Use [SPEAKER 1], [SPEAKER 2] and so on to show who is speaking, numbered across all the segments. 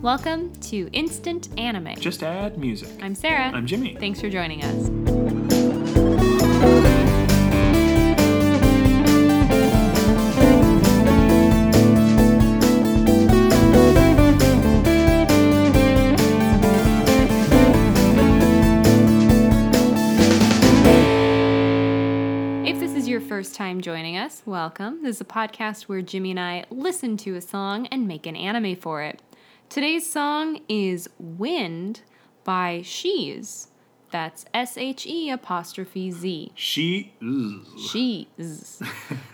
[SPEAKER 1] Welcome to Instant Anime.
[SPEAKER 2] Just add music.
[SPEAKER 1] I'm Sarah.
[SPEAKER 2] I'm Jimmy.
[SPEAKER 1] Thanks for joining us. If this is your first time joining us, welcome. This is a podcast where Jimmy and I listen to a song and make an anime for it. Today's song is Wind by She's. That's S H E apostrophe Z.
[SPEAKER 2] She. ugh.
[SPEAKER 1] She's.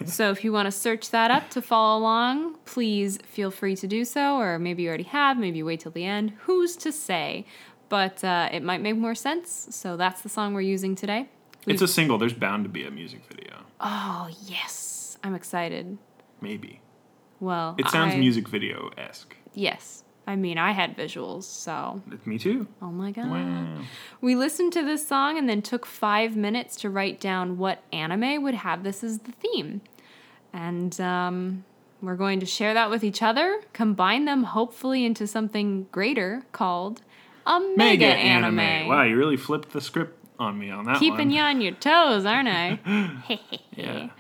[SPEAKER 1] so if you want to search that up to follow along, please feel free to do so, or maybe you already have, maybe you wait till the end. Who's to say? But uh, it might make more sense. So that's the song we're using today.
[SPEAKER 2] It's a single. There's bound to be a music video.
[SPEAKER 1] Oh, yes. I'm excited.
[SPEAKER 2] Maybe.
[SPEAKER 1] Well,
[SPEAKER 2] It sounds
[SPEAKER 1] I-
[SPEAKER 2] music video esque.
[SPEAKER 1] Yes. I mean, I had visuals, so.
[SPEAKER 2] Me too.
[SPEAKER 1] Oh my god.
[SPEAKER 2] Wow.
[SPEAKER 1] We listened to this song and then took five minutes to write down what anime would have this as the theme. And um, we're going to share that with each other, combine them hopefully into something greater called a mega, anime.
[SPEAKER 2] Wow, you really flipped the script on me on that
[SPEAKER 1] Keeping
[SPEAKER 2] one.
[SPEAKER 1] you on your toes, aren't I?
[SPEAKER 2] Yeah.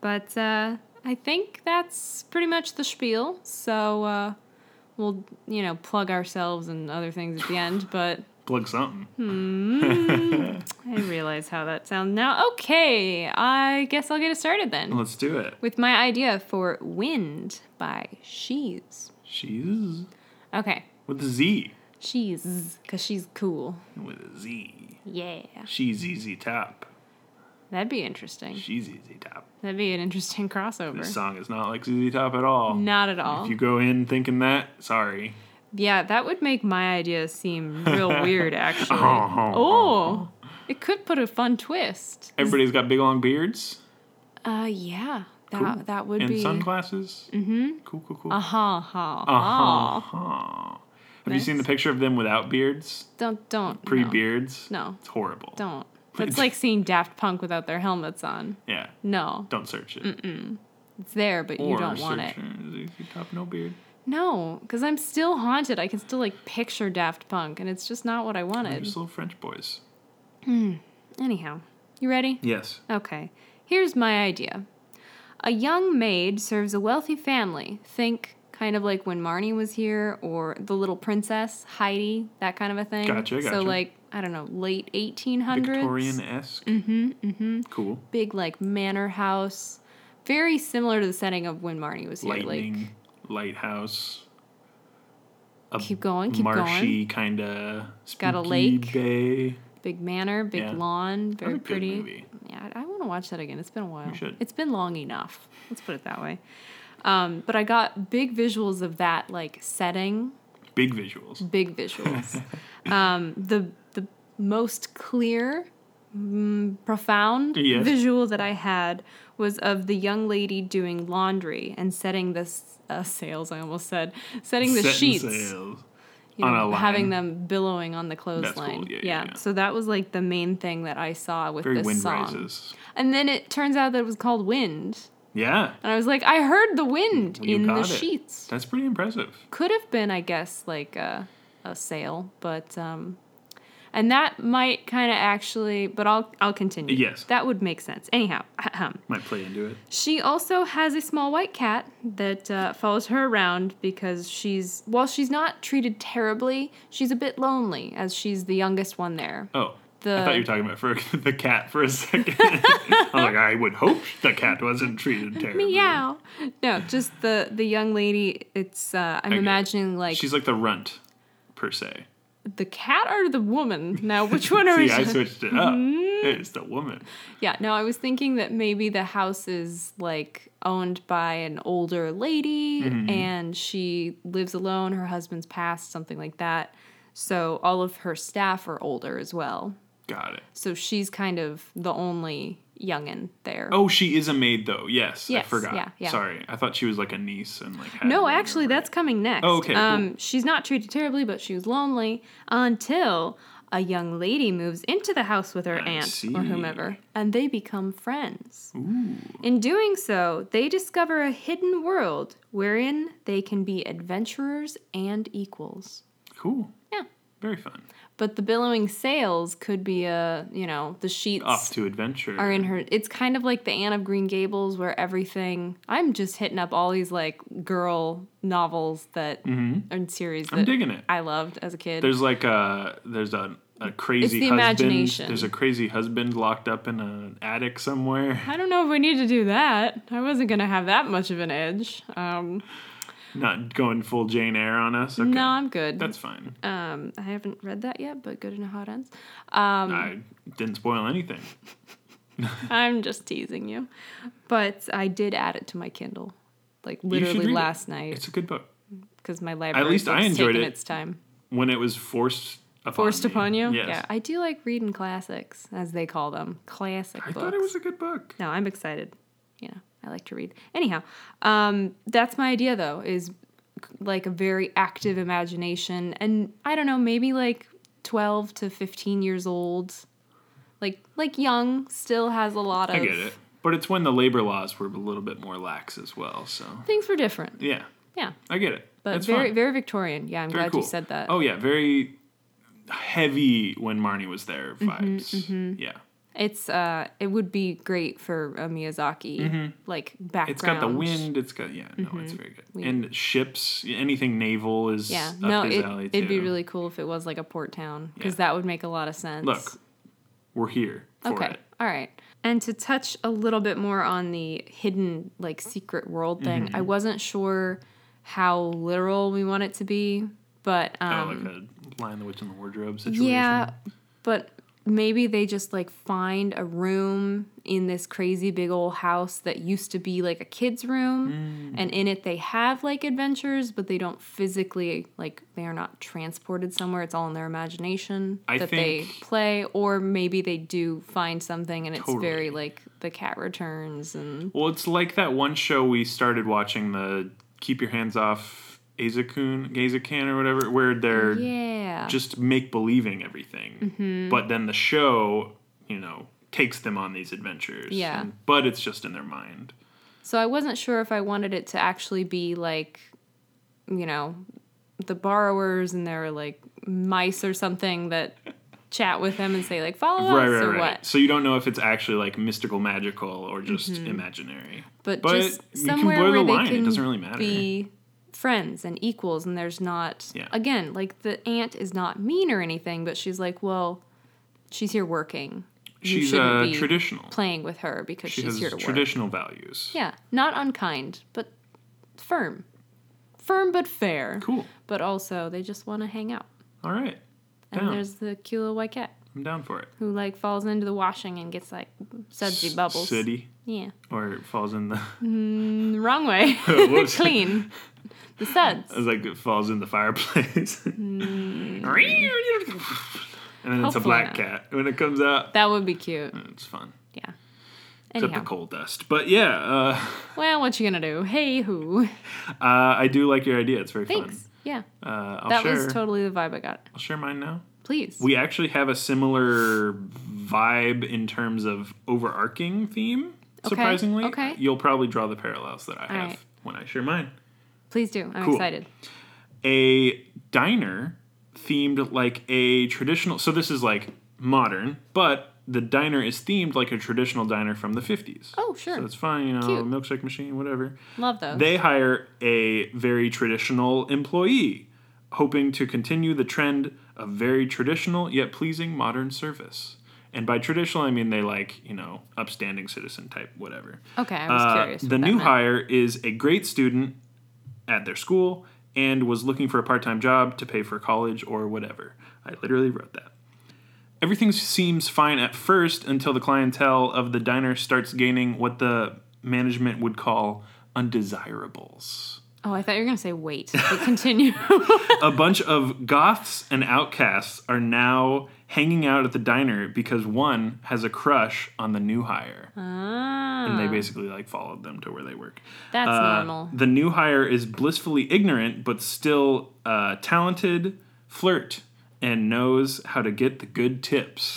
[SPEAKER 1] But uh, I think that's pretty much the spiel. So uh, we'll, you know, plug ourselves and other things at the end, but.
[SPEAKER 2] Plug something.
[SPEAKER 1] Hmm. Mm, I realize how that sounds now. Okay, I guess I'll get it started then
[SPEAKER 2] Let's do it.
[SPEAKER 1] with my idea for Wind by She's.
[SPEAKER 2] She's
[SPEAKER 1] Okay,
[SPEAKER 2] with a Z.
[SPEAKER 1] She's, because she's cool.
[SPEAKER 2] With a Z.
[SPEAKER 1] Yeah.
[SPEAKER 2] She's easy top.
[SPEAKER 1] That'd be interesting.
[SPEAKER 2] She's easy top.
[SPEAKER 1] That'd be an interesting
[SPEAKER 2] This
[SPEAKER 1] crossover.
[SPEAKER 2] song is not like ZZ Top at all.
[SPEAKER 1] Not at
[SPEAKER 2] If
[SPEAKER 1] all.
[SPEAKER 2] you go in thinking that, sorry.
[SPEAKER 1] Yeah, that would make my idea seem real weird, actually.
[SPEAKER 2] Oh.
[SPEAKER 1] Oh, it could put a fun twist.
[SPEAKER 2] Everybody's got big long beards.
[SPEAKER 1] Uh, yeah, that,
[SPEAKER 2] Cool.
[SPEAKER 1] that would
[SPEAKER 2] and
[SPEAKER 1] be.
[SPEAKER 2] sunglasses. Mm-hmm. Cool, cool, cool.
[SPEAKER 1] Uh huh, huh,
[SPEAKER 2] Uh-huh.
[SPEAKER 1] huh.
[SPEAKER 2] Have you seen the picture of them without beards?
[SPEAKER 1] Don't, don't.
[SPEAKER 2] Pre
[SPEAKER 1] no.
[SPEAKER 2] beards?
[SPEAKER 1] No.
[SPEAKER 2] It's horrible.
[SPEAKER 1] Don't. That's like seeing Daft Punk without their helmets on.
[SPEAKER 2] Yeah.
[SPEAKER 1] No,
[SPEAKER 2] Don't search it.
[SPEAKER 1] it's there, but you
[SPEAKER 2] Or
[SPEAKER 1] don't want
[SPEAKER 2] search
[SPEAKER 1] it.
[SPEAKER 2] ZZ Top, no beard.
[SPEAKER 1] No, because I'm still haunted. I can still like picture Daft Punk, and it's just not what I
[SPEAKER 2] They're
[SPEAKER 1] wanted.
[SPEAKER 2] just little French boys.
[SPEAKER 1] Anyhow, you ready?
[SPEAKER 2] Yes.
[SPEAKER 1] Okay, here's my idea. A young maid serves a wealthy family. Think kind of like when Marnie was here, or the little princess, Heidi, that kind of a thing.
[SPEAKER 2] Gotcha,
[SPEAKER 1] So,
[SPEAKER 2] gotcha.
[SPEAKER 1] like, I don't know, late 1800s.
[SPEAKER 2] Victorian esque. Mm
[SPEAKER 1] Mm-hmm,
[SPEAKER 2] hmm, mm hmm. Cool.
[SPEAKER 1] Big, like, manor house. Very similar to the setting of when Marnie was here. Like,
[SPEAKER 2] Lightning, lighthouse. A
[SPEAKER 1] Keep going, keep
[SPEAKER 2] marshy kind of
[SPEAKER 1] Got a lake.
[SPEAKER 2] Bay.
[SPEAKER 1] Big manor, big
[SPEAKER 2] Yeah.
[SPEAKER 1] lawn, very
[SPEAKER 2] That's a good
[SPEAKER 1] pretty.
[SPEAKER 2] movie.
[SPEAKER 1] Yeah, I, I want to watch that again. It's been a while.
[SPEAKER 2] should.
[SPEAKER 1] It's been long enough. Let's put it that way. Um, but I got big visuals of that like setting,
[SPEAKER 2] Big visuals.
[SPEAKER 1] big visuals. um, the the most clear, mm, profound
[SPEAKER 2] Yes.
[SPEAKER 1] visual that I had was of the young lady doing laundry and setting the s- uh, sails. I almost said setting the
[SPEAKER 2] Setting
[SPEAKER 1] sheets
[SPEAKER 2] sails.
[SPEAKER 1] you
[SPEAKER 2] on
[SPEAKER 1] know,
[SPEAKER 2] a line.
[SPEAKER 1] having them billowing on the clothesline.
[SPEAKER 2] cool. Yeah,
[SPEAKER 1] Yeah,
[SPEAKER 2] yeah, yeah.
[SPEAKER 1] So that was like the main thing that I saw with
[SPEAKER 2] Very
[SPEAKER 1] this
[SPEAKER 2] wind
[SPEAKER 1] song.
[SPEAKER 2] rises.
[SPEAKER 1] And then it turns out that it was called Wind.
[SPEAKER 2] Yeah.
[SPEAKER 1] And I was like, I heard the wind
[SPEAKER 2] You
[SPEAKER 1] in the
[SPEAKER 2] got it.
[SPEAKER 1] sheets.
[SPEAKER 2] That's pretty impressive.
[SPEAKER 1] Could have been, I guess, like a, a sail, but um and that might kind of actually, but I'll I'll continue.
[SPEAKER 2] Yes.
[SPEAKER 1] That would make sense. Anyhow,
[SPEAKER 2] Might play into it.
[SPEAKER 1] She also has a small white cat that uh, follows her around because she's, while she's not treated terribly, she's a bit lonely as she's the youngest one there.
[SPEAKER 2] Oh. I
[SPEAKER 1] The-
[SPEAKER 2] thought you were talking about for the cat for a second. I was like, I would hope the cat wasn't treated terribly.
[SPEAKER 1] Meow. No, just the the young lady. It's uh, I'm
[SPEAKER 2] get it.
[SPEAKER 1] imagining like
[SPEAKER 2] She's like the runt, per se.
[SPEAKER 1] the cat or the woman. Now, which one are we?
[SPEAKER 2] See, I switched it up.
[SPEAKER 1] Mm-hmm.
[SPEAKER 2] It's the woman.
[SPEAKER 1] Yeah, no, I was thinking that maybe the house is like owned by an older lady and she lives alone, her husband's passed, something like that. So all of her staff are older as well.
[SPEAKER 2] Got it.
[SPEAKER 1] So she's kind of the only youngin there.
[SPEAKER 2] Oh, she is a maid, though. Yes, I
[SPEAKER 1] Yes,
[SPEAKER 2] forgot.
[SPEAKER 1] yeah, yeah.
[SPEAKER 2] Sorry, I thought she was like a niece and like. had
[SPEAKER 1] No,
[SPEAKER 2] her
[SPEAKER 1] actually,
[SPEAKER 2] over.
[SPEAKER 1] that's coming next.
[SPEAKER 2] Oh, okay, cool.
[SPEAKER 1] Um, she's not treated terribly, but she was lonely until a young lady moves into the house with her
[SPEAKER 2] I
[SPEAKER 1] aunt
[SPEAKER 2] see.
[SPEAKER 1] or whomever, and they become friends. In doing so, they discover a hidden world wherein they can be adventurers and equals.
[SPEAKER 2] Cool.
[SPEAKER 1] Yeah.
[SPEAKER 2] Very fun.
[SPEAKER 1] But the billowing sails could be a, you know, the sheets
[SPEAKER 2] Off to adventure.
[SPEAKER 1] are in her. It's kind of like the Anne of Green Gables, where everything. I'm just hitting up all these like girl novels that and series
[SPEAKER 2] Mm-hmm. I'm
[SPEAKER 1] that
[SPEAKER 2] digging it.
[SPEAKER 1] I loved as a kid.
[SPEAKER 2] There's like a there's a, a crazy
[SPEAKER 1] the
[SPEAKER 2] husband.
[SPEAKER 1] imagination.
[SPEAKER 2] There's a crazy husband locked up in an attic somewhere.
[SPEAKER 1] I don't know if we need to do that. I wasn't gonna have that much of an edge. Um,
[SPEAKER 2] Not going full Jane Eyre on us. Okay.
[SPEAKER 1] No, I'm good.
[SPEAKER 2] That's fine.
[SPEAKER 1] um, I haven't read that yet, but good to know how it ends. Um,
[SPEAKER 2] I didn't spoil anything.
[SPEAKER 1] I'm just teasing you, but I did add it to my Kindle, like
[SPEAKER 2] should
[SPEAKER 1] literally
[SPEAKER 2] read it.
[SPEAKER 1] last night
[SPEAKER 2] It's a good book.
[SPEAKER 1] because my library
[SPEAKER 2] least I
[SPEAKER 1] book's
[SPEAKER 2] enjoyed
[SPEAKER 1] taken
[SPEAKER 2] it.
[SPEAKER 1] its time.
[SPEAKER 2] When it was forced upon
[SPEAKER 1] Forced
[SPEAKER 2] me.
[SPEAKER 1] upon you?
[SPEAKER 2] Yes.
[SPEAKER 1] Yeah. I do like reading classics, as they call them. Classic
[SPEAKER 2] I
[SPEAKER 1] books.
[SPEAKER 2] thought it was a good book.
[SPEAKER 1] No, I'm excited. You know, I like to read. Anyhow, um, that's my idea though, is like a very active imagination and I don't know, maybe like twelve to fifteen years old. Like like young still has a lot of
[SPEAKER 2] I get it. But it's when the labor laws were a little bit more lax as well. So
[SPEAKER 1] things were different.
[SPEAKER 2] yeah,
[SPEAKER 1] Yeah.
[SPEAKER 2] I get it.
[SPEAKER 1] But
[SPEAKER 2] That's
[SPEAKER 1] very
[SPEAKER 2] fun.
[SPEAKER 1] very Victorian. Yeah, I'm
[SPEAKER 2] Very
[SPEAKER 1] glad
[SPEAKER 2] cool.
[SPEAKER 1] you said that.
[SPEAKER 2] Oh yeah, very heavy when Marnie was there
[SPEAKER 1] Mm-hmm,
[SPEAKER 2] vibes. Yeah.
[SPEAKER 1] It's uh it would be great for a Miyazaki like background.
[SPEAKER 2] Mm-hmm. It's got the wind. It's got yeah. No, it's very good. And ships, anything naval is
[SPEAKER 1] Mm-hmm. Yeah,
[SPEAKER 2] up
[SPEAKER 1] no,
[SPEAKER 2] his
[SPEAKER 1] it,
[SPEAKER 2] alley too.
[SPEAKER 1] it'd be really cool if it was like a port town because
[SPEAKER 2] Yeah.
[SPEAKER 1] that would make a lot of sense.
[SPEAKER 2] Look, we're here for
[SPEAKER 1] okay,
[SPEAKER 2] it.
[SPEAKER 1] all right. And to touch a little bit more on the hidden, like secret world thing,
[SPEAKER 2] Mm-hmm.
[SPEAKER 1] I wasn't sure how literal we want it to be, but
[SPEAKER 2] Oh,
[SPEAKER 1] um,
[SPEAKER 2] like a Lion, the Witch, and the Wardrobe situation.
[SPEAKER 1] yeah, but maybe they just like find a room in this crazy big old house that used to be like a kid's
[SPEAKER 2] Mm.
[SPEAKER 1] room and in it they have like adventures but they don't physically like they are not transported somewhere it's all in their imagination
[SPEAKER 2] I
[SPEAKER 1] that
[SPEAKER 2] think-
[SPEAKER 1] they play or maybe they do find something and it's very
[SPEAKER 2] Totally.
[SPEAKER 1] like the cat returns and
[SPEAKER 2] Well, it's like that one show we started watching, the Keep Your Hands Off Azakun, Gazakan, or whatever, where they're
[SPEAKER 1] yeah Mm-hmm.
[SPEAKER 2] just make believing everything. But then the show, you know, takes them on these adventures.
[SPEAKER 1] Yeah.
[SPEAKER 2] And- but it's just in their mind.
[SPEAKER 1] So I wasn't sure if I wanted it to actually be like, you know, the borrowers and there are like mice or something that chat with them and say like follow
[SPEAKER 2] right,
[SPEAKER 1] us
[SPEAKER 2] right,
[SPEAKER 1] or
[SPEAKER 2] right.
[SPEAKER 1] what. Mm-hmm.
[SPEAKER 2] So you don't know if it's actually like mystical, magical, or just imaginary.
[SPEAKER 1] But,
[SPEAKER 2] But
[SPEAKER 1] just
[SPEAKER 2] you can
[SPEAKER 1] somewhere
[SPEAKER 2] blur
[SPEAKER 1] where
[SPEAKER 2] the
[SPEAKER 1] they
[SPEAKER 2] line. It
[SPEAKER 1] can
[SPEAKER 2] doesn't really matter.
[SPEAKER 1] be friends and equals and there's not
[SPEAKER 2] Yeah.
[SPEAKER 1] again like the aunt is not mean or anything but she's like well she's here working you
[SPEAKER 2] She's
[SPEAKER 1] shouldn't
[SPEAKER 2] uh,
[SPEAKER 1] be
[SPEAKER 2] traditional.
[SPEAKER 1] playing with her because
[SPEAKER 2] She
[SPEAKER 1] she's
[SPEAKER 2] has
[SPEAKER 1] here to work
[SPEAKER 2] traditional values.
[SPEAKER 1] yeah not unkind but firm firm but fair
[SPEAKER 2] Cool.
[SPEAKER 1] but also they just want to hang out.
[SPEAKER 2] All right.
[SPEAKER 1] And
[SPEAKER 2] Down.
[SPEAKER 1] there's the cute little white cat
[SPEAKER 2] I'm down for it.
[SPEAKER 1] who like falls into the washing and gets like sudsy
[SPEAKER 2] S-
[SPEAKER 1] bubbles.
[SPEAKER 2] City.
[SPEAKER 1] Yeah,
[SPEAKER 2] Or it falls in the.
[SPEAKER 1] Mm, wrong way.
[SPEAKER 2] Whoops.
[SPEAKER 1] Clean the suds.
[SPEAKER 2] It's like it falls in the fireplace. and then it's a
[SPEAKER 1] Hmm. Hopefully
[SPEAKER 2] black
[SPEAKER 1] not.
[SPEAKER 2] cat when it comes out.
[SPEAKER 1] That would be cute.
[SPEAKER 2] It's fun.
[SPEAKER 1] Yeah.
[SPEAKER 2] Except
[SPEAKER 1] Anyhow,
[SPEAKER 2] the coal dust. But yeah, uh,
[SPEAKER 1] well, what you gonna do? Hey hoo.
[SPEAKER 2] uh, I do like your idea. It's very
[SPEAKER 1] Thanks. Yeah,
[SPEAKER 2] fun. Uh, I'll,
[SPEAKER 1] that
[SPEAKER 2] share,
[SPEAKER 1] was totally the vibe I got.
[SPEAKER 2] I'll share mine now.
[SPEAKER 1] Please.
[SPEAKER 2] We actually have a similar vibe in terms of overarching theme, surprisingly.
[SPEAKER 1] okay.
[SPEAKER 2] You'll probably draw the parallels that I have
[SPEAKER 1] right.
[SPEAKER 2] when I share mine.
[SPEAKER 1] Please do. I'm
[SPEAKER 2] Cool.
[SPEAKER 1] excited.
[SPEAKER 2] a diner themed like a traditional so this is like modern but the diner is themed like a traditional diner from the 50s
[SPEAKER 1] Oh sure.
[SPEAKER 2] so it's fine you know
[SPEAKER 1] Cute.
[SPEAKER 2] milkshake machine whatever
[SPEAKER 1] Love those.
[SPEAKER 2] they hire a very traditional employee hoping to continue the trend of very traditional yet pleasing modern service and by traditional i mean they like you know upstanding citizen type whatever
[SPEAKER 1] okay, I was
[SPEAKER 2] uh,
[SPEAKER 1] curious. what
[SPEAKER 2] The
[SPEAKER 1] that
[SPEAKER 2] new
[SPEAKER 1] meant.
[SPEAKER 2] hire is a great student at their school and was looking for a part time job to pay for college or whatever. I literally wrote that. Everything seems fine at first until the clientele of the diner starts gaining what the management would call undesirables.
[SPEAKER 1] Oh, I thought you were gonna say wait, but continue.
[SPEAKER 2] a bunch of goths and outcasts are now hanging out at the diner because one has a crush on the new hire.
[SPEAKER 1] ah,
[SPEAKER 2] And they basically like followed them to where they work.
[SPEAKER 1] that's
[SPEAKER 2] Uh,
[SPEAKER 1] normal.
[SPEAKER 2] The new hire is blissfully ignorant, but still uh, talented flirt and knows how to get the good tips.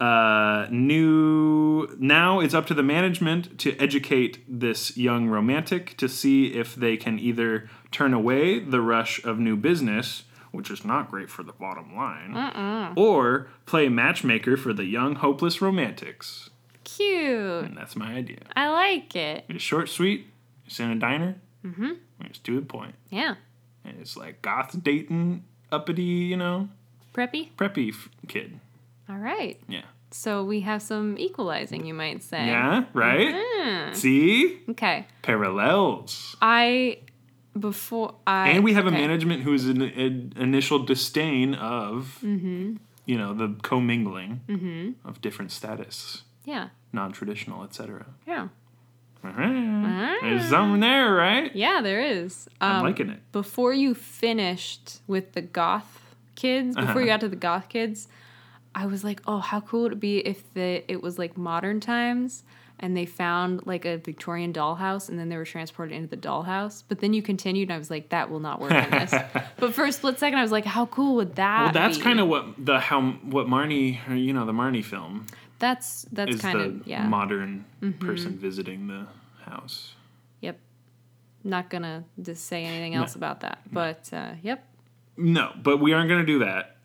[SPEAKER 2] Uh, new now it's up to the management to educate this young romantic to see if they can either turn away the rush of new business, which is not great for the bottom line, or play matchmaker for the young hopeless romantics.
[SPEAKER 1] Cute.
[SPEAKER 2] And that's my idea.
[SPEAKER 1] I like it.
[SPEAKER 2] It's short, sweet. It's in a diner. Mm-hmm. It's to the point.
[SPEAKER 1] Yeah.
[SPEAKER 2] And it's like goth Dayton uppity, you know,
[SPEAKER 1] Preppy?
[SPEAKER 2] preppy f- kid.
[SPEAKER 1] All right.
[SPEAKER 2] Yeah.
[SPEAKER 1] So we have some equalizing, you might say.
[SPEAKER 2] Yeah, right?
[SPEAKER 1] Hmm.
[SPEAKER 2] See?
[SPEAKER 1] Okay.
[SPEAKER 2] Parallels.
[SPEAKER 1] I, before I.
[SPEAKER 2] And we have a
[SPEAKER 1] okay.
[SPEAKER 2] management who is an, an initial disdain of,
[SPEAKER 1] Mm-hmm.
[SPEAKER 2] you know, the commingling of different status,
[SPEAKER 1] Yeah.
[SPEAKER 2] non traditional, etc.
[SPEAKER 1] Yeah.
[SPEAKER 2] Alright. Uh-huh. There's something there, right?
[SPEAKER 1] Yeah, there is.
[SPEAKER 2] I'm
[SPEAKER 1] Ah. Um,
[SPEAKER 2] liking it.
[SPEAKER 1] before you finished with the goth kids, before
[SPEAKER 2] Uh-huh.
[SPEAKER 1] you got to the goth kids, I was like, oh, how cool would it be if the it was like modern times and they found like a Victorian dollhouse and then they were transported into the dollhouse. But then you continued and I was like, that will not work in this. but for a split second I was like, how cool would that
[SPEAKER 2] Well, that's
[SPEAKER 1] be?
[SPEAKER 2] kind of what the how what Marnie, or, you know, the Marnie film
[SPEAKER 1] that's that's
[SPEAKER 2] is
[SPEAKER 1] kind
[SPEAKER 2] the
[SPEAKER 1] of yeah. Mm-hmm.
[SPEAKER 2] modern person visiting the house.
[SPEAKER 1] yep. Not gonna just say anything else about that. But uh, yep.
[SPEAKER 2] No, but we aren't going to do that.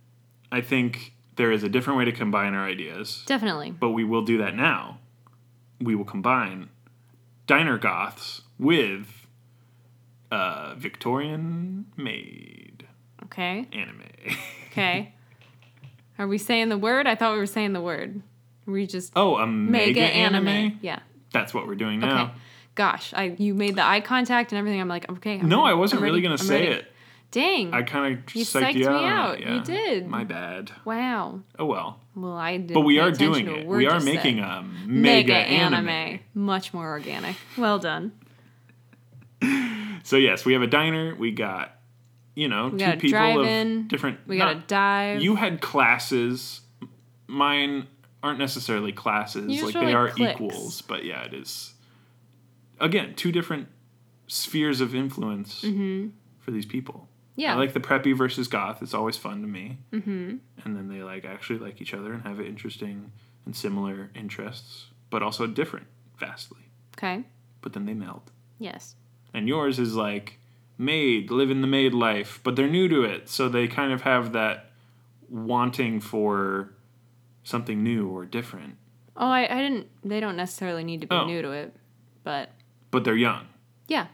[SPEAKER 2] I think there is a different way to combine our ideas,
[SPEAKER 1] Definitely.
[SPEAKER 2] but we will do that now. We will combine diner goths with uh, Victorian made
[SPEAKER 1] Okay.
[SPEAKER 2] anime.
[SPEAKER 1] Okay. Are we saying the word? I thought we were saying the word. We just
[SPEAKER 2] oh, a mega, anime?
[SPEAKER 1] Yeah.
[SPEAKER 2] That's what we're doing
[SPEAKER 1] Okay.
[SPEAKER 2] now.
[SPEAKER 1] Gosh, I you made the eye contact and everything. I'm like, okay. I'm
[SPEAKER 2] No,
[SPEAKER 1] ready.
[SPEAKER 2] I wasn't
[SPEAKER 1] I'm
[SPEAKER 2] really
[SPEAKER 1] ready.
[SPEAKER 2] going to
[SPEAKER 1] I'm
[SPEAKER 2] say
[SPEAKER 1] ready.
[SPEAKER 2] it.
[SPEAKER 1] Dang.
[SPEAKER 2] I kind of
[SPEAKER 1] You
[SPEAKER 2] psyched
[SPEAKER 1] psyched
[SPEAKER 2] you
[SPEAKER 1] me
[SPEAKER 2] out. on
[SPEAKER 1] out.
[SPEAKER 2] it,
[SPEAKER 1] You
[SPEAKER 2] Yeah.
[SPEAKER 1] did.
[SPEAKER 2] My bad.
[SPEAKER 1] wow.
[SPEAKER 2] Oh well.
[SPEAKER 1] Well, I did.
[SPEAKER 2] But we are doing it. We are making a
[SPEAKER 1] mega
[SPEAKER 2] mega, anime.
[SPEAKER 1] Much more organic. Well done.
[SPEAKER 2] So yes, we have a diner. We got, you know,
[SPEAKER 1] got
[SPEAKER 2] two
[SPEAKER 1] a
[SPEAKER 2] people
[SPEAKER 1] drive-in.
[SPEAKER 2] of different.
[SPEAKER 1] We got
[SPEAKER 2] not-
[SPEAKER 1] to dive.
[SPEAKER 2] You had classes. Mine aren't necessarily classes.
[SPEAKER 1] You just
[SPEAKER 2] Like
[SPEAKER 1] were,
[SPEAKER 2] they
[SPEAKER 1] like,
[SPEAKER 2] are
[SPEAKER 1] cliques.
[SPEAKER 2] equals, but yeah, it is. Again, two different spheres of influence for these people.
[SPEAKER 1] Mm-hmm. yeah.
[SPEAKER 2] I like the preppy versus goth. It's always fun to me. Mm-hmm. And then they like actually like each other and have interesting and similar interests, but also different vastly.
[SPEAKER 1] okay.
[SPEAKER 2] But then they meld
[SPEAKER 1] Yes.
[SPEAKER 2] and yours is like maid living the maid life but they're new to it so they kind of have that wanting for something new or different
[SPEAKER 1] Oh, I, I didn't. They don't necessarily need to be
[SPEAKER 2] Oh.
[SPEAKER 1] new to it, but
[SPEAKER 2] but they're young
[SPEAKER 1] yeah.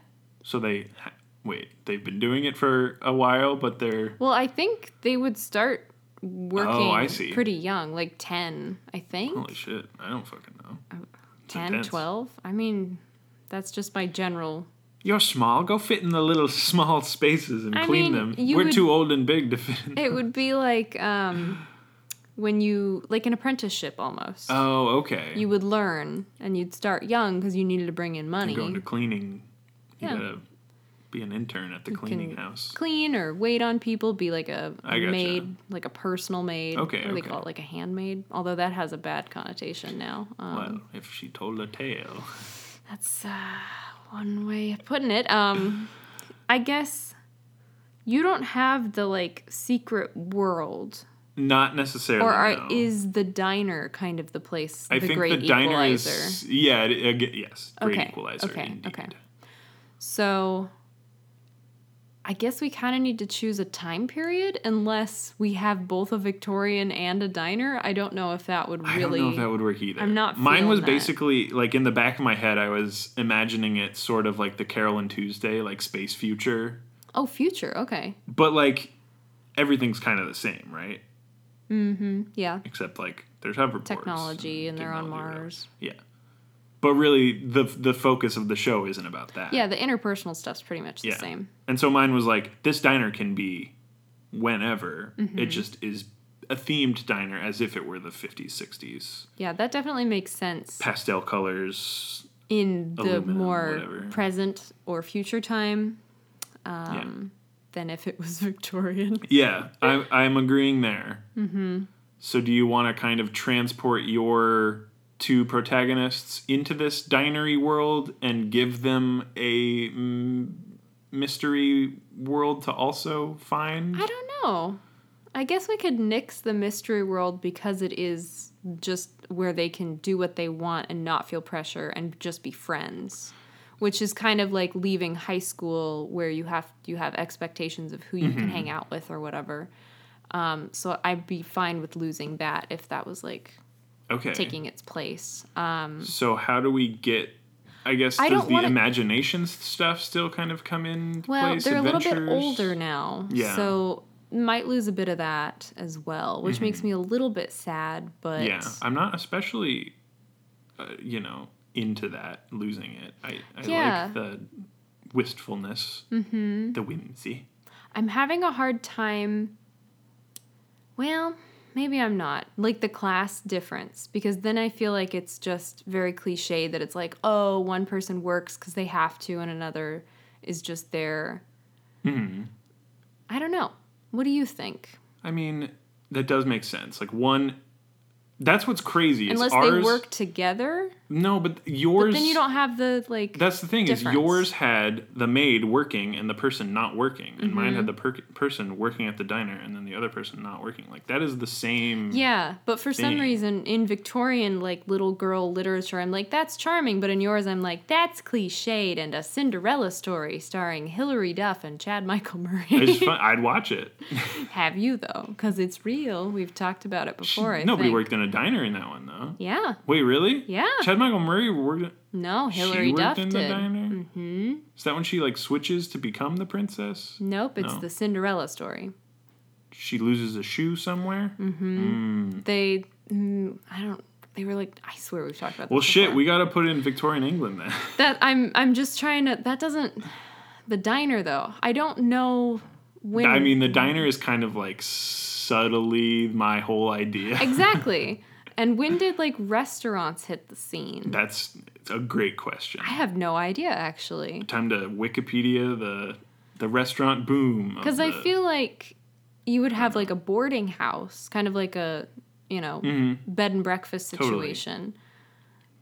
[SPEAKER 2] so they ha- wait they've been doing it for a while but they're
[SPEAKER 1] Well, I think they would start working
[SPEAKER 2] Oh, I see.
[SPEAKER 1] pretty young, like 10, I think.
[SPEAKER 2] holy shit i don't fucking know
[SPEAKER 1] 10,
[SPEAKER 2] intense.
[SPEAKER 1] 12. I mean, that's just my general.
[SPEAKER 2] you're small go fit in the little small spaces and
[SPEAKER 1] I mean,
[SPEAKER 2] clean them
[SPEAKER 1] you
[SPEAKER 2] we're
[SPEAKER 1] would-
[SPEAKER 2] too old and big to fit in
[SPEAKER 1] It would be like um, when you, like an apprenticeship almost.
[SPEAKER 2] oh okay
[SPEAKER 1] you would learn and you'd start young because you needed to bring in money.
[SPEAKER 2] you're going to cleaning you
[SPEAKER 1] Yeah.
[SPEAKER 2] gotta be an intern at the cleaning house
[SPEAKER 1] Clean or wait on people, be like a
[SPEAKER 2] I gotcha.
[SPEAKER 1] maid, like a personal maid.
[SPEAKER 2] Okay,
[SPEAKER 1] What do
[SPEAKER 2] okay.
[SPEAKER 1] they call it? Like a handmaid? Although that has a bad connotation now. Um,
[SPEAKER 2] well if she told a tale
[SPEAKER 1] That's uh, one way of putting it. Um, I guess you don't have the like secret world,
[SPEAKER 2] Not necessarily.
[SPEAKER 1] or are,
[SPEAKER 2] no.
[SPEAKER 1] is the diner kind of the place?
[SPEAKER 2] I
[SPEAKER 1] the
[SPEAKER 2] think
[SPEAKER 1] great
[SPEAKER 2] the diner
[SPEAKER 1] equalizer.
[SPEAKER 2] is yeah. It, uh, g- yes, great
[SPEAKER 1] Okay,
[SPEAKER 2] equalizer.
[SPEAKER 1] okay,
[SPEAKER 2] indeed.
[SPEAKER 1] okay. So, I guess we kind of need to choose a time period, unless we have both a Victorian and a diner. I don't know if that would
[SPEAKER 2] I
[SPEAKER 1] really.
[SPEAKER 2] don't know if that would work either.
[SPEAKER 1] I'm not
[SPEAKER 2] Mine
[SPEAKER 1] feeling
[SPEAKER 2] was
[SPEAKER 1] that.
[SPEAKER 2] basically like in the back of my head. I was imagining it sort of like the Carolyn Tuesday, like space future,
[SPEAKER 1] oh, future. Okay.
[SPEAKER 2] but like everything's kind of the same, right?
[SPEAKER 1] Yeah.
[SPEAKER 2] Except like there's hoverboards,
[SPEAKER 1] Technology, and they're on
[SPEAKER 2] technology, whatever.
[SPEAKER 1] Mars.
[SPEAKER 2] Yeah, but really the the focus of the show isn't about that.
[SPEAKER 1] Yeah, the interpersonal stuff's pretty much the
[SPEAKER 2] Yeah.
[SPEAKER 1] same.
[SPEAKER 2] And so mine was like, this diner can be whenever.
[SPEAKER 1] Mm-hmm.
[SPEAKER 2] It just is a themed diner as if it were the 50s, 60s.
[SPEAKER 1] Yeah, that definitely makes sense
[SPEAKER 2] Pastel colors.
[SPEAKER 1] in the
[SPEAKER 2] aluminum,
[SPEAKER 1] more
[SPEAKER 2] whatever.
[SPEAKER 1] present or future time Um, than if it was Victorian.
[SPEAKER 2] yeah. Yeah. I, I'm agreeing there. Mm-hmm. So do you want to kind of transport your two protagonists into this dinery world and give them a mm, mystery world to also find?
[SPEAKER 1] I don't know. I guess we could nix the mystery world because it is just where they can do what they want and not feel pressure and just be friends, which is kind of like leaving high school where you have you have expectations of who you
[SPEAKER 2] Mm-hmm.
[SPEAKER 1] can hang out with or whatever. Um, so I'd be fine with losing that if that was like
[SPEAKER 2] Okay.
[SPEAKER 1] taking its place. Um,
[SPEAKER 2] So how do we get? I guess
[SPEAKER 1] I
[SPEAKER 2] does
[SPEAKER 1] don't
[SPEAKER 2] the
[SPEAKER 1] wanna-
[SPEAKER 2] imagination stuff still kind of come in
[SPEAKER 1] well,
[SPEAKER 2] place?
[SPEAKER 1] they're a little bit
[SPEAKER 2] Adventures?
[SPEAKER 1] older now,
[SPEAKER 2] Yeah.
[SPEAKER 1] so might lose a bit of that as well, which makes me a little bit sad. But
[SPEAKER 2] Mm-hmm. Yeah, I'm not especially, uh, you know, into that losing it. I, I
[SPEAKER 1] Yeah. Mm-hmm.
[SPEAKER 2] like the wistfulness, the whimsy.
[SPEAKER 1] I'm having a hard time. Well, maybe I'm not. Like the class difference, because then I feel like it's just very cliche that it's like, oh, one person works because they have to, and another is just there.
[SPEAKER 2] Mm-hmm.
[SPEAKER 1] I don't know. What do you think?
[SPEAKER 2] I mean, that does make sense. Like one, that's what's crazy. is
[SPEAKER 1] Unless
[SPEAKER 2] ours,
[SPEAKER 1] they work together,
[SPEAKER 2] No, but yours.
[SPEAKER 1] but then you don't have the like.
[SPEAKER 2] That's the thing is
[SPEAKER 1] difference.
[SPEAKER 2] yours had the maid working and the person not working, and mine
[SPEAKER 1] Mm-hmm.
[SPEAKER 2] had the per- person working at the diner and then the other person not working. Like that is the same.
[SPEAKER 1] yeah, but for some
[SPEAKER 2] thing.
[SPEAKER 1] reason in Victorian like little girl literature, I'm like that's charming, but in yours, I'm like that's cliched and a Cinderella story starring Hilary Duff and Chad Michael
[SPEAKER 2] It's
[SPEAKER 1] Murray.
[SPEAKER 2] fun. I'd watch it.
[SPEAKER 1] have you though? Because it's real. We've talked about it before. I
[SPEAKER 2] Nobody
[SPEAKER 1] think.
[SPEAKER 2] worked in a diner in that one though.
[SPEAKER 1] Yeah.
[SPEAKER 2] Wait, really?
[SPEAKER 1] Yeah.
[SPEAKER 2] Chad Michael Murray worked.
[SPEAKER 1] No,
[SPEAKER 2] she
[SPEAKER 1] Hilary
[SPEAKER 2] worked
[SPEAKER 1] Duff
[SPEAKER 2] in
[SPEAKER 1] did.
[SPEAKER 2] the diner. Mm-hmm. Is that when she like switches to become the princess?
[SPEAKER 1] Nope, it's
[SPEAKER 2] No.
[SPEAKER 1] the Cinderella story.
[SPEAKER 2] She loses a shoe somewhere.
[SPEAKER 1] Mm-hmm. They, mm, I don't. They were like, I swear we've talked about.
[SPEAKER 2] Well,
[SPEAKER 1] this
[SPEAKER 2] shit,
[SPEAKER 1] before.
[SPEAKER 2] we got to put it in Victorian England then.
[SPEAKER 1] That I'm I'm just trying to that doesn't the diner though. I don't know when
[SPEAKER 2] I mean, the diner is kind of like subtly my whole idea.
[SPEAKER 1] exactly. and when did like restaurants hit the scene?
[SPEAKER 2] That's it's a great question.
[SPEAKER 1] I have no idea actually.
[SPEAKER 2] Time to Wikipedia the the restaurant boom. of
[SPEAKER 1] Cuz I
[SPEAKER 2] the-
[SPEAKER 1] feel like you would have like a boarding house, kind of like a, you know, bed and breakfast
[SPEAKER 2] Mm-hmm. Totally.
[SPEAKER 1] situation.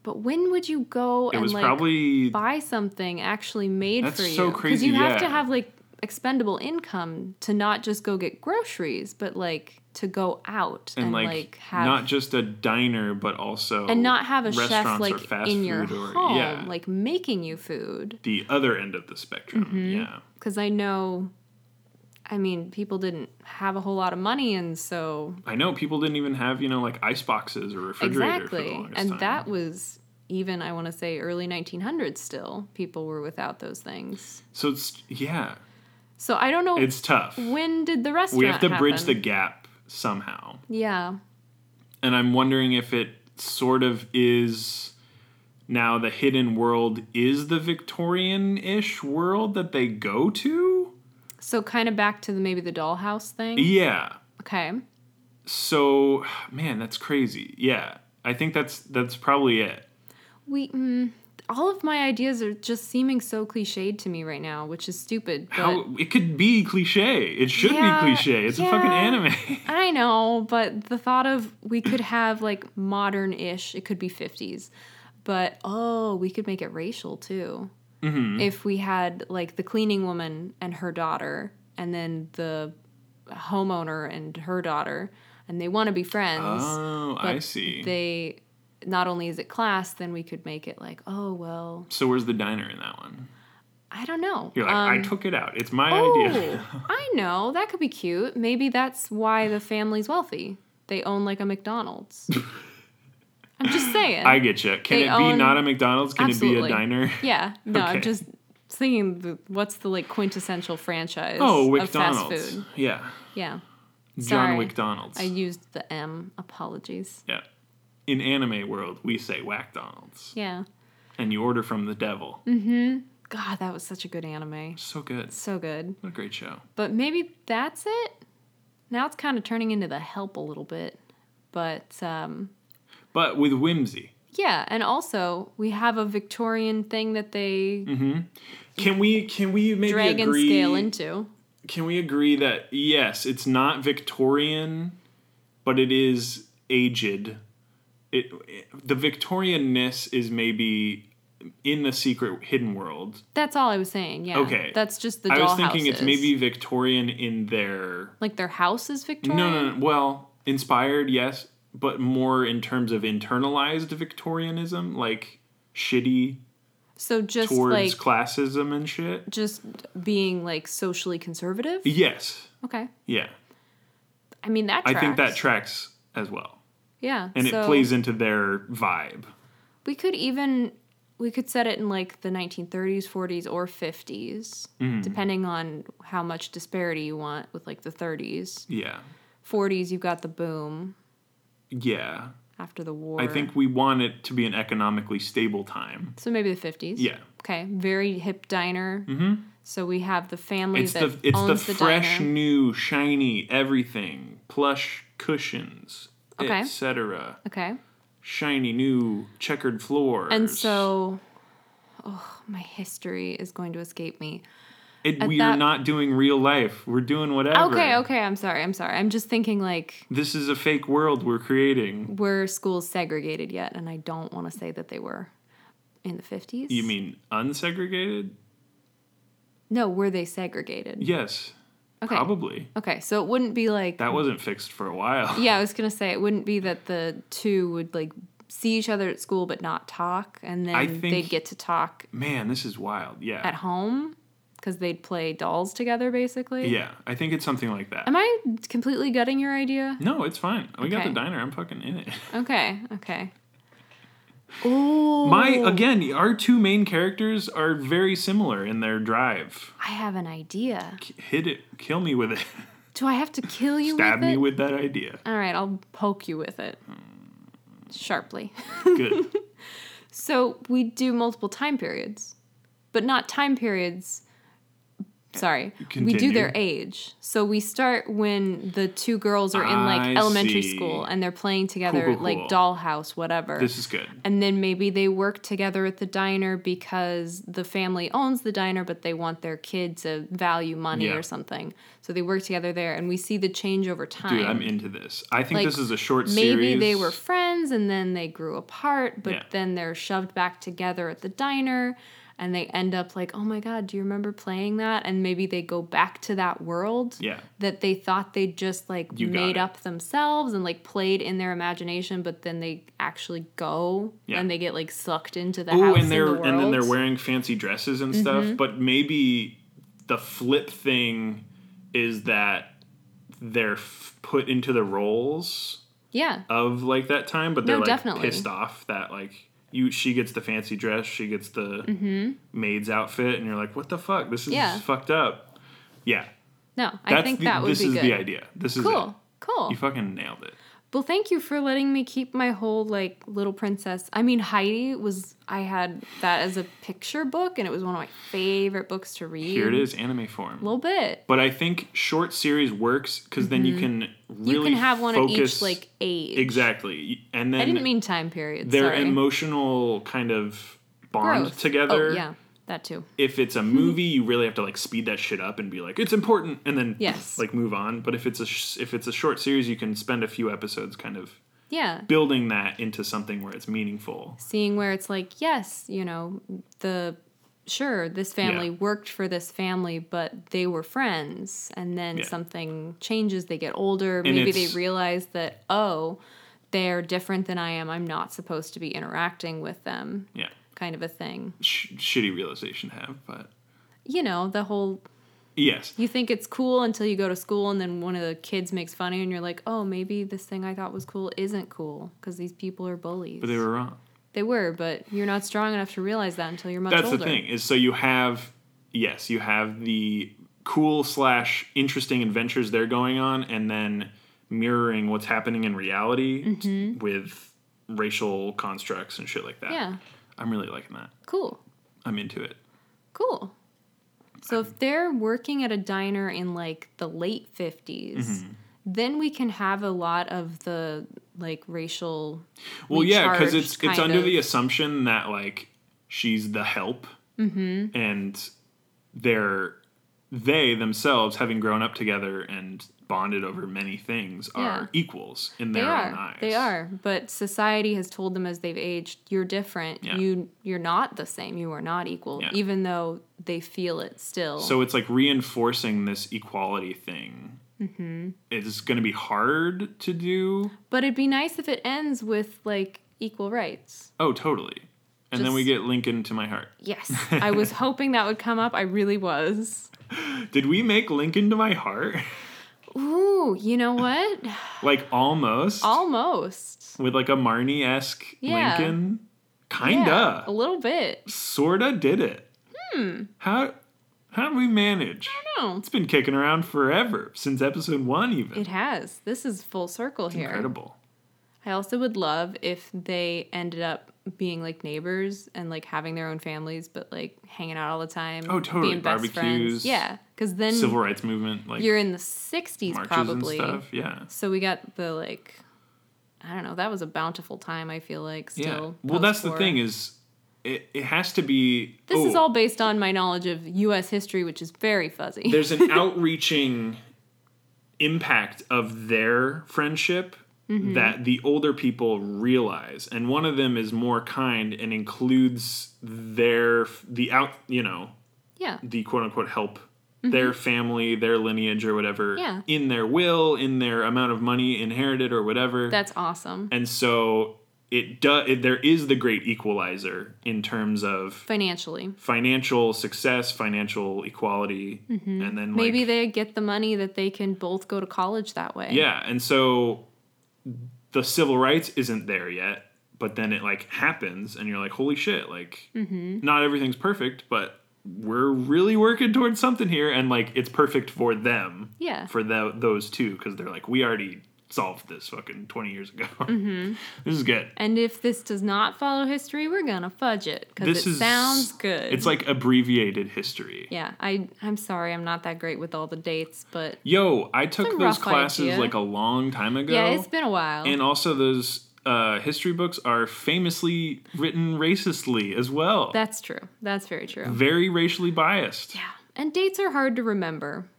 [SPEAKER 1] But when would you go
[SPEAKER 2] it
[SPEAKER 1] and
[SPEAKER 2] was
[SPEAKER 1] like
[SPEAKER 2] probably
[SPEAKER 1] buy something actually made
[SPEAKER 2] That's
[SPEAKER 1] for you?
[SPEAKER 2] so crazy,
[SPEAKER 1] you have to
[SPEAKER 2] yeah.
[SPEAKER 1] have like expendable income to not just go get groceries, but like to go out and,
[SPEAKER 2] and like,
[SPEAKER 1] have
[SPEAKER 2] not just a diner but also
[SPEAKER 1] and not have a chef
[SPEAKER 2] restaurants or
[SPEAKER 1] like in your
[SPEAKER 2] food or-
[SPEAKER 1] home,
[SPEAKER 2] yeah.
[SPEAKER 1] like making you food.
[SPEAKER 2] the other end of the spectrum.
[SPEAKER 1] Mm-hmm.
[SPEAKER 2] Yeah.
[SPEAKER 1] Because I know, I mean, people didn't have a whole lot of money, and so
[SPEAKER 2] I know people didn't even have, you know, like ice boxes or refrigerator for the
[SPEAKER 1] exactly,
[SPEAKER 2] longest
[SPEAKER 1] and
[SPEAKER 2] time.
[SPEAKER 1] that was even I want to say early 1900s. Still, people were without those things.
[SPEAKER 2] so it's yeah,
[SPEAKER 1] So I don't know
[SPEAKER 2] it's tough.
[SPEAKER 1] when did the restaurant.
[SPEAKER 2] We have to bridge the
[SPEAKER 1] Oh, happen?
[SPEAKER 2] gap somehow.
[SPEAKER 1] Yeah,
[SPEAKER 2] and I'm wondering if it sort of is now the hidden world is the Victorian-ish world that they go to.
[SPEAKER 1] so kind of back to the maybe the dollhouse thing.
[SPEAKER 2] Yeah.
[SPEAKER 1] Okay,
[SPEAKER 2] So, man, that's crazy. Yeah, I think that's that's probably it.
[SPEAKER 1] we. Mm, all of my ideas are just seeming so cliched to me right now, which is stupid. But
[SPEAKER 2] How it could be cliche. It should
[SPEAKER 1] Yeah,
[SPEAKER 2] be cliche. It's a fucking
[SPEAKER 1] yeah.
[SPEAKER 2] anime.
[SPEAKER 1] I know, but the thought of we could have like modern ish, it could be 50s, but oh, we could make it racial too.
[SPEAKER 2] Mm-hmm.
[SPEAKER 1] If we had like the cleaning woman and her daughter, and then the homeowner and her daughter, and they want to be friends.
[SPEAKER 2] oh, I see.
[SPEAKER 1] They not only is it class, then we could make it like, oh, well,
[SPEAKER 2] so where's the diner in that one?
[SPEAKER 1] I don't know.
[SPEAKER 2] You're like,
[SPEAKER 1] Um,
[SPEAKER 2] I took it out. It's my idea.
[SPEAKER 1] Oh, I know. That could be cute. Maybe that's why the family's wealthy. They own like a McDonald's. I'm just saying.
[SPEAKER 2] I get you. Can
[SPEAKER 1] They
[SPEAKER 2] it be
[SPEAKER 1] own-
[SPEAKER 2] not a McDonald's? Can it
[SPEAKER 1] Absolutely.
[SPEAKER 2] be a diner?
[SPEAKER 1] yeah. No, I'm
[SPEAKER 2] Okay.
[SPEAKER 1] just thinking the, what's the like quintessential franchise
[SPEAKER 2] Oh,
[SPEAKER 1] of fast
[SPEAKER 2] McDonald's.
[SPEAKER 1] food?
[SPEAKER 2] Yeah.
[SPEAKER 1] Yeah.
[SPEAKER 2] John
[SPEAKER 1] Sorry.
[SPEAKER 2] McDonald's.
[SPEAKER 1] I used the M. Apologies.
[SPEAKER 2] Yeah. In anime world, we say whack donalds,
[SPEAKER 1] Yeah.
[SPEAKER 2] and you order from the devil.
[SPEAKER 1] Mm. God, that was such a good anime.
[SPEAKER 2] So good.
[SPEAKER 1] So good.
[SPEAKER 2] What a great show.
[SPEAKER 1] But maybe that's it. Now it's kind of turning into the help a little bit. But um
[SPEAKER 2] But with whimsy.
[SPEAKER 1] Yeah, and also we have a Victorian thing that they
[SPEAKER 2] Mhm. Can we can we maybe
[SPEAKER 1] drag and
[SPEAKER 2] agree
[SPEAKER 1] scale into.
[SPEAKER 2] Can we agree that yes, it's not Victorian, but it is aged. It, it the Victorianness is maybe in the secret hidden world.
[SPEAKER 1] That's all I was saying. Yeah.
[SPEAKER 2] Okay.
[SPEAKER 1] That's just the.
[SPEAKER 2] I was
[SPEAKER 1] dollhouses.
[SPEAKER 2] thinking it's maybe Victorian in their
[SPEAKER 1] like their house is Victorian.
[SPEAKER 2] no, no, no. Well, inspired, yes, but more in terms of internalized Victorianism, like shitty
[SPEAKER 1] So just
[SPEAKER 2] towards
[SPEAKER 1] like
[SPEAKER 2] classism and shit.
[SPEAKER 1] just being like socially conservative.
[SPEAKER 2] Yes.
[SPEAKER 1] Okay.
[SPEAKER 2] Yeah.
[SPEAKER 1] I mean that.
[SPEAKER 2] I think that
[SPEAKER 1] tracks.
[SPEAKER 2] tracks as well.
[SPEAKER 1] yeah.
[SPEAKER 2] And
[SPEAKER 1] so
[SPEAKER 2] it plays into their vibe.
[SPEAKER 1] We could even we could set it in like the 1930s, 40s, or 50s,
[SPEAKER 2] Mm.
[SPEAKER 1] depending on how much disparity you want with like the 30s.
[SPEAKER 2] Yeah.
[SPEAKER 1] 40s, you've got the boom
[SPEAKER 2] Yeah.
[SPEAKER 1] after the war.
[SPEAKER 2] I think we want it to be an economically stable time.
[SPEAKER 1] so. Maybe the 50s.
[SPEAKER 2] Yeah. Mm-hmm.
[SPEAKER 1] Okay. Very hip diner. So we have the family
[SPEAKER 2] It's
[SPEAKER 1] that
[SPEAKER 2] the it's the,
[SPEAKER 1] owns the,
[SPEAKER 2] fresh,
[SPEAKER 1] diner.
[SPEAKER 2] new, shiny everything, plush cushions,
[SPEAKER 1] Okay.
[SPEAKER 2] etc.
[SPEAKER 1] okay.
[SPEAKER 2] Shiny new checkered floors.
[SPEAKER 1] And so, oh, my history is going to escape me.
[SPEAKER 2] It,
[SPEAKER 1] At
[SPEAKER 2] we are
[SPEAKER 1] that-
[SPEAKER 2] not doing real life. We're doing whatever.
[SPEAKER 1] Okay, okay, I'm sorry, I'm sorry. I'm just thinking like
[SPEAKER 2] This is a fake world we're creating.
[SPEAKER 1] were schools segregated yet? And I don't want to say that they were in the 50s.
[SPEAKER 2] You mean unsegregated?
[SPEAKER 1] No, were they segregated?
[SPEAKER 2] Yes.
[SPEAKER 1] Okay.
[SPEAKER 2] Probably.
[SPEAKER 1] Okay, so it wouldn't be like
[SPEAKER 2] That wasn't fixed for a while.
[SPEAKER 1] Yeah, I was going to say it wouldn't be that the two would like see each other at school but not talk and
[SPEAKER 2] I
[SPEAKER 1] then
[SPEAKER 2] think-
[SPEAKER 1] they'd get to talk
[SPEAKER 2] Man, this is wild. Yeah.
[SPEAKER 1] at home cuz they'd play dolls together basically.
[SPEAKER 2] yeah. I think it's something like that.
[SPEAKER 1] Am I completely gutting your idea?
[SPEAKER 2] no, it's fine. We got the
[SPEAKER 1] Okay.
[SPEAKER 2] diner. I'm fucking in it.
[SPEAKER 1] Okay, okay. Ooh.
[SPEAKER 2] My again, our two main characters are very similar in their drive.
[SPEAKER 1] I have an idea.
[SPEAKER 2] K- Hit it, kill me with it,
[SPEAKER 1] Do I have to kill you
[SPEAKER 2] stab
[SPEAKER 1] with
[SPEAKER 2] me
[SPEAKER 1] it?
[SPEAKER 2] with that idea.
[SPEAKER 1] All right, I'll poke you with it sharply.
[SPEAKER 2] Good.
[SPEAKER 1] So we do multiple time periods, but not time periods. Sorry, we do
[SPEAKER 2] Continue.
[SPEAKER 1] their age. So we start when the two girls are in like
[SPEAKER 2] I
[SPEAKER 1] elementary
[SPEAKER 2] see.
[SPEAKER 1] school and they're playing together,
[SPEAKER 2] cool,
[SPEAKER 1] like
[SPEAKER 2] cool.
[SPEAKER 1] dollhouse, whatever.
[SPEAKER 2] this is good.
[SPEAKER 1] and then maybe they work together at the diner because the family owns the diner, but they want their kid to value money
[SPEAKER 2] Yeah.
[SPEAKER 1] or something. So they work together there, and we see the change over time.
[SPEAKER 2] Dude, I'm into this. I think
[SPEAKER 1] Like,
[SPEAKER 2] this is a short
[SPEAKER 1] Maybe
[SPEAKER 2] series.
[SPEAKER 1] they were friends and then they grew apart, but
[SPEAKER 2] Yeah.
[SPEAKER 1] then they're shoved back together at the diner and they end up like, oh my God, do you remember playing that? And maybe they go back to that world
[SPEAKER 2] Yeah.
[SPEAKER 1] that they thought they just like
[SPEAKER 2] You got
[SPEAKER 1] made
[SPEAKER 2] it.
[SPEAKER 1] up themselves and like played in their imagination, but then they actually go
[SPEAKER 2] Yeah.
[SPEAKER 1] and they get like sucked into the
[SPEAKER 2] Oh,
[SPEAKER 1] house.
[SPEAKER 2] and
[SPEAKER 1] in
[SPEAKER 2] they're
[SPEAKER 1] the world. Mm-hmm.
[SPEAKER 2] and then they're wearing fancy dresses and stuff. But maybe the flip thing is that they're f- put into the roles
[SPEAKER 1] Yeah.
[SPEAKER 2] of like that time, but they're
[SPEAKER 1] No,
[SPEAKER 2] like
[SPEAKER 1] definitely.
[SPEAKER 2] pissed off that like you she gets the fancy dress, she gets the maid's outfit, and you're like, what the fuck? This is
[SPEAKER 1] Mm-hmm. Yeah.
[SPEAKER 2] fucked up. Yeah,
[SPEAKER 1] No, I think
[SPEAKER 2] the,
[SPEAKER 1] that would
[SPEAKER 2] this
[SPEAKER 1] be
[SPEAKER 2] is
[SPEAKER 1] good.
[SPEAKER 2] the idea. This is
[SPEAKER 1] Cool.
[SPEAKER 2] it.
[SPEAKER 1] Cool.
[SPEAKER 2] You fucking nailed it.
[SPEAKER 1] Well, thank you for letting me keep my whole like little princess. I mean, Heidi was I had that as a picture book, and it was one of my favorite books to read.
[SPEAKER 2] Here it is, anime form.
[SPEAKER 1] A little bit.
[SPEAKER 2] But I think short series works because then you can
[SPEAKER 1] Mm-hmm. You
[SPEAKER 2] really
[SPEAKER 1] can have one
[SPEAKER 2] focus,
[SPEAKER 1] of each like age.
[SPEAKER 2] exactly, and then
[SPEAKER 1] I didn't mean time period.
[SPEAKER 2] their
[SPEAKER 1] sorry.
[SPEAKER 2] emotional kind of bond
[SPEAKER 1] Growth.
[SPEAKER 2] together.
[SPEAKER 1] Oh, yeah, Mm-hmm. that too.
[SPEAKER 2] if it's a movie, you really have to like speed that shit up and be like, it's important, and then
[SPEAKER 1] Yes.
[SPEAKER 2] like move on. But if it's a sh- if it's a short series, you can spend a few episodes kind of
[SPEAKER 1] Yeah.
[SPEAKER 2] building that into something where it's meaningful.
[SPEAKER 1] Seeing where it's like, yes, you know, the sure this family
[SPEAKER 2] Yeah.
[SPEAKER 1] worked for this family, but they were friends, and then
[SPEAKER 2] Yeah.
[SPEAKER 1] something changes. They get older. Maybe they
[SPEAKER 2] it's-
[SPEAKER 1] realize that oh, they're different than I am. I'm not supposed to be interacting with them.
[SPEAKER 2] Yeah,
[SPEAKER 1] Kind of a thing.
[SPEAKER 2] sh- shitty realization to have, but
[SPEAKER 1] You know, the whole
[SPEAKER 2] yes,
[SPEAKER 1] you think it's cool until you go to school, and then one of the kids makes fun of you, and you're like, oh, maybe this thing I thought was cool isn't cool because these people are bullies.
[SPEAKER 2] but they were wrong.
[SPEAKER 1] They were, but you're not strong enough to realize that until you're much
[SPEAKER 2] That's
[SPEAKER 1] older.
[SPEAKER 2] the thing is so you have yes, you have the cool slash interesting adventures they're going on, and then mirroring what's happening in reality t- with racial constructs and shit like that.
[SPEAKER 1] Mm-hmm. Yeah.
[SPEAKER 2] I'm really liking that.
[SPEAKER 1] Cool.
[SPEAKER 2] I'm into it.
[SPEAKER 1] Cool. So if they're working at a diner in like the late 50s,
[SPEAKER 2] Mm-hmm.
[SPEAKER 1] then we can have a lot of the like racial
[SPEAKER 2] Well, yeah, because it's
[SPEAKER 1] recharged
[SPEAKER 2] it's
[SPEAKER 1] kind
[SPEAKER 2] under
[SPEAKER 1] of-
[SPEAKER 2] the assumption that like she's the help, mm-hmm. and they're they themselves, having grown up together and bonded over many things,
[SPEAKER 1] Yeah.
[SPEAKER 2] are equals in
[SPEAKER 1] They
[SPEAKER 2] their
[SPEAKER 1] are.
[SPEAKER 2] own eyes.
[SPEAKER 1] They are. But society has told them as they've aged, you're different.
[SPEAKER 2] Yeah.
[SPEAKER 1] You you're not the same. You are not equal,
[SPEAKER 2] Yeah.
[SPEAKER 1] even though they feel it still.
[SPEAKER 2] So it's like reinforcing this equality thing. Mm-hmm. It's going to be hard to do.
[SPEAKER 1] but it'd be nice if it ends with like equal rights.
[SPEAKER 2] Oh, totally. And then we
[SPEAKER 1] Just-
[SPEAKER 2] get Lincoln to my heart.
[SPEAKER 1] Yes. I was hoping that would come up. I really was.
[SPEAKER 2] Did we make Lincoln to my heart?
[SPEAKER 1] Ooh, you know what?
[SPEAKER 2] like almost.
[SPEAKER 1] Almost.
[SPEAKER 2] with like a Marnie esque
[SPEAKER 1] Yeah.
[SPEAKER 2] Lincoln.
[SPEAKER 1] Yeah,
[SPEAKER 2] Kinda.
[SPEAKER 1] a little bit.
[SPEAKER 2] Sorta did it. Hmm. How how did we manage?
[SPEAKER 1] No,
[SPEAKER 2] It's been kicking around forever, since episode one even.
[SPEAKER 1] it has. This is full circle here.
[SPEAKER 2] Incredible.
[SPEAKER 1] I also would love if they ended up being like neighbors and like having their own families, but like hanging out all the time.
[SPEAKER 2] Oh, totally.
[SPEAKER 1] Being best friends.
[SPEAKER 2] Barbecues,
[SPEAKER 1] Yeah, because then
[SPEAKER 2] Civil rights movement, like
[SPEAKER 1] you're in the '60s
[SPEAKER 2] marches
[SPEAKER 1] probably.
[SPEAKER 2] and stuff. Yeah.
[SPEAKER 1] So we got the like, I don't know. That was a bountiful time. I feel like still.
[SPEAKER 2] yeah. Well that's the
[SPEAKER 1] post-war.
[SPEAKER 2] thing is it, it has to be
[SPEAKER 1] This is
[SPEAKER 2] oh,
[SPEAKER 1] all based on my knowledge of U.S. history, which is very fuzzy.
[SPEAKER 2] there's an outreaching impact of their friendship
[SPEAKER 1] Mm-hmm.
[SPEAKER 2] that the older people realize and one of them is more kind and includes their the out you know
[SPEAKER 1] yeah.
[SPEAKER 2] the quote unquote help their family their lineage or whatever
[SPEAKER 1] Mm-hmm. Yeah.
[SPEAKER 2] in their will in their amount of money inherited or whatever
[SPEAKER 1] That's awesome.
[SPEAKER 2] and so it does it, there is the great equalizer in terms of
[SPEAKER 1] Financially.
[SPEAKER 2] financial success financial equality and then
[SPEAKER 1] Mm-hmm. Maybe
[SPEAKER 2] like,
[SPEAKER 1] they get the money that they can both go to college that way.
[SPEAKER 2] Yeah, and so the civil rights isn't there yet, but then it like happens, and you're like, holy shit! Like,
[SPEAKER 1] Mm-hmm.
[SPEAKER 2] not everything's perfect, but we're really working towards something here, and like it's perfect for them,
[SPEAKER 1] Yeah.
[SPEAKER 2] for tho- those two, because they're like, we already solved this fucking twenty years ago.
[SPEAKER 1] Mm-hmm.
[SPEAKER 2] this is good.
[SPEAKER 1] And if this does not follow history, we're gonna fudge it because
[SPEAKER 2] This
[SPEAKER 1] it
[SPEAKER 2] is-
[SPEAKER 1] sounds good.
[SPEAKER 2] It's like abbreviated history.
[SPEAKER 1] yeah, I I'm sorry, I'm not that great with all the dates, but
[SPEAKER 2] Yo, I
[SPEAKER 1] It's
[SPEAKER 2] took
[SPEAKER 1] a
[SPEAKER 2] those
[SPEAKER 1] rough
[SPEAKER 2] classes
[SPEAKER 1] idea.
[SPEAKER 2] like a long time ago.
[SPEAKER 1] yeah, it's been a while.
[SPEAKER 2] and also those uh, history books are famously written racistly as well.
[SPEAKER 1] That's true. That's very true.
[SPEAKER 2] Very racially biased.
[SPEAKER 1] Yeah, and dates are hard to remember.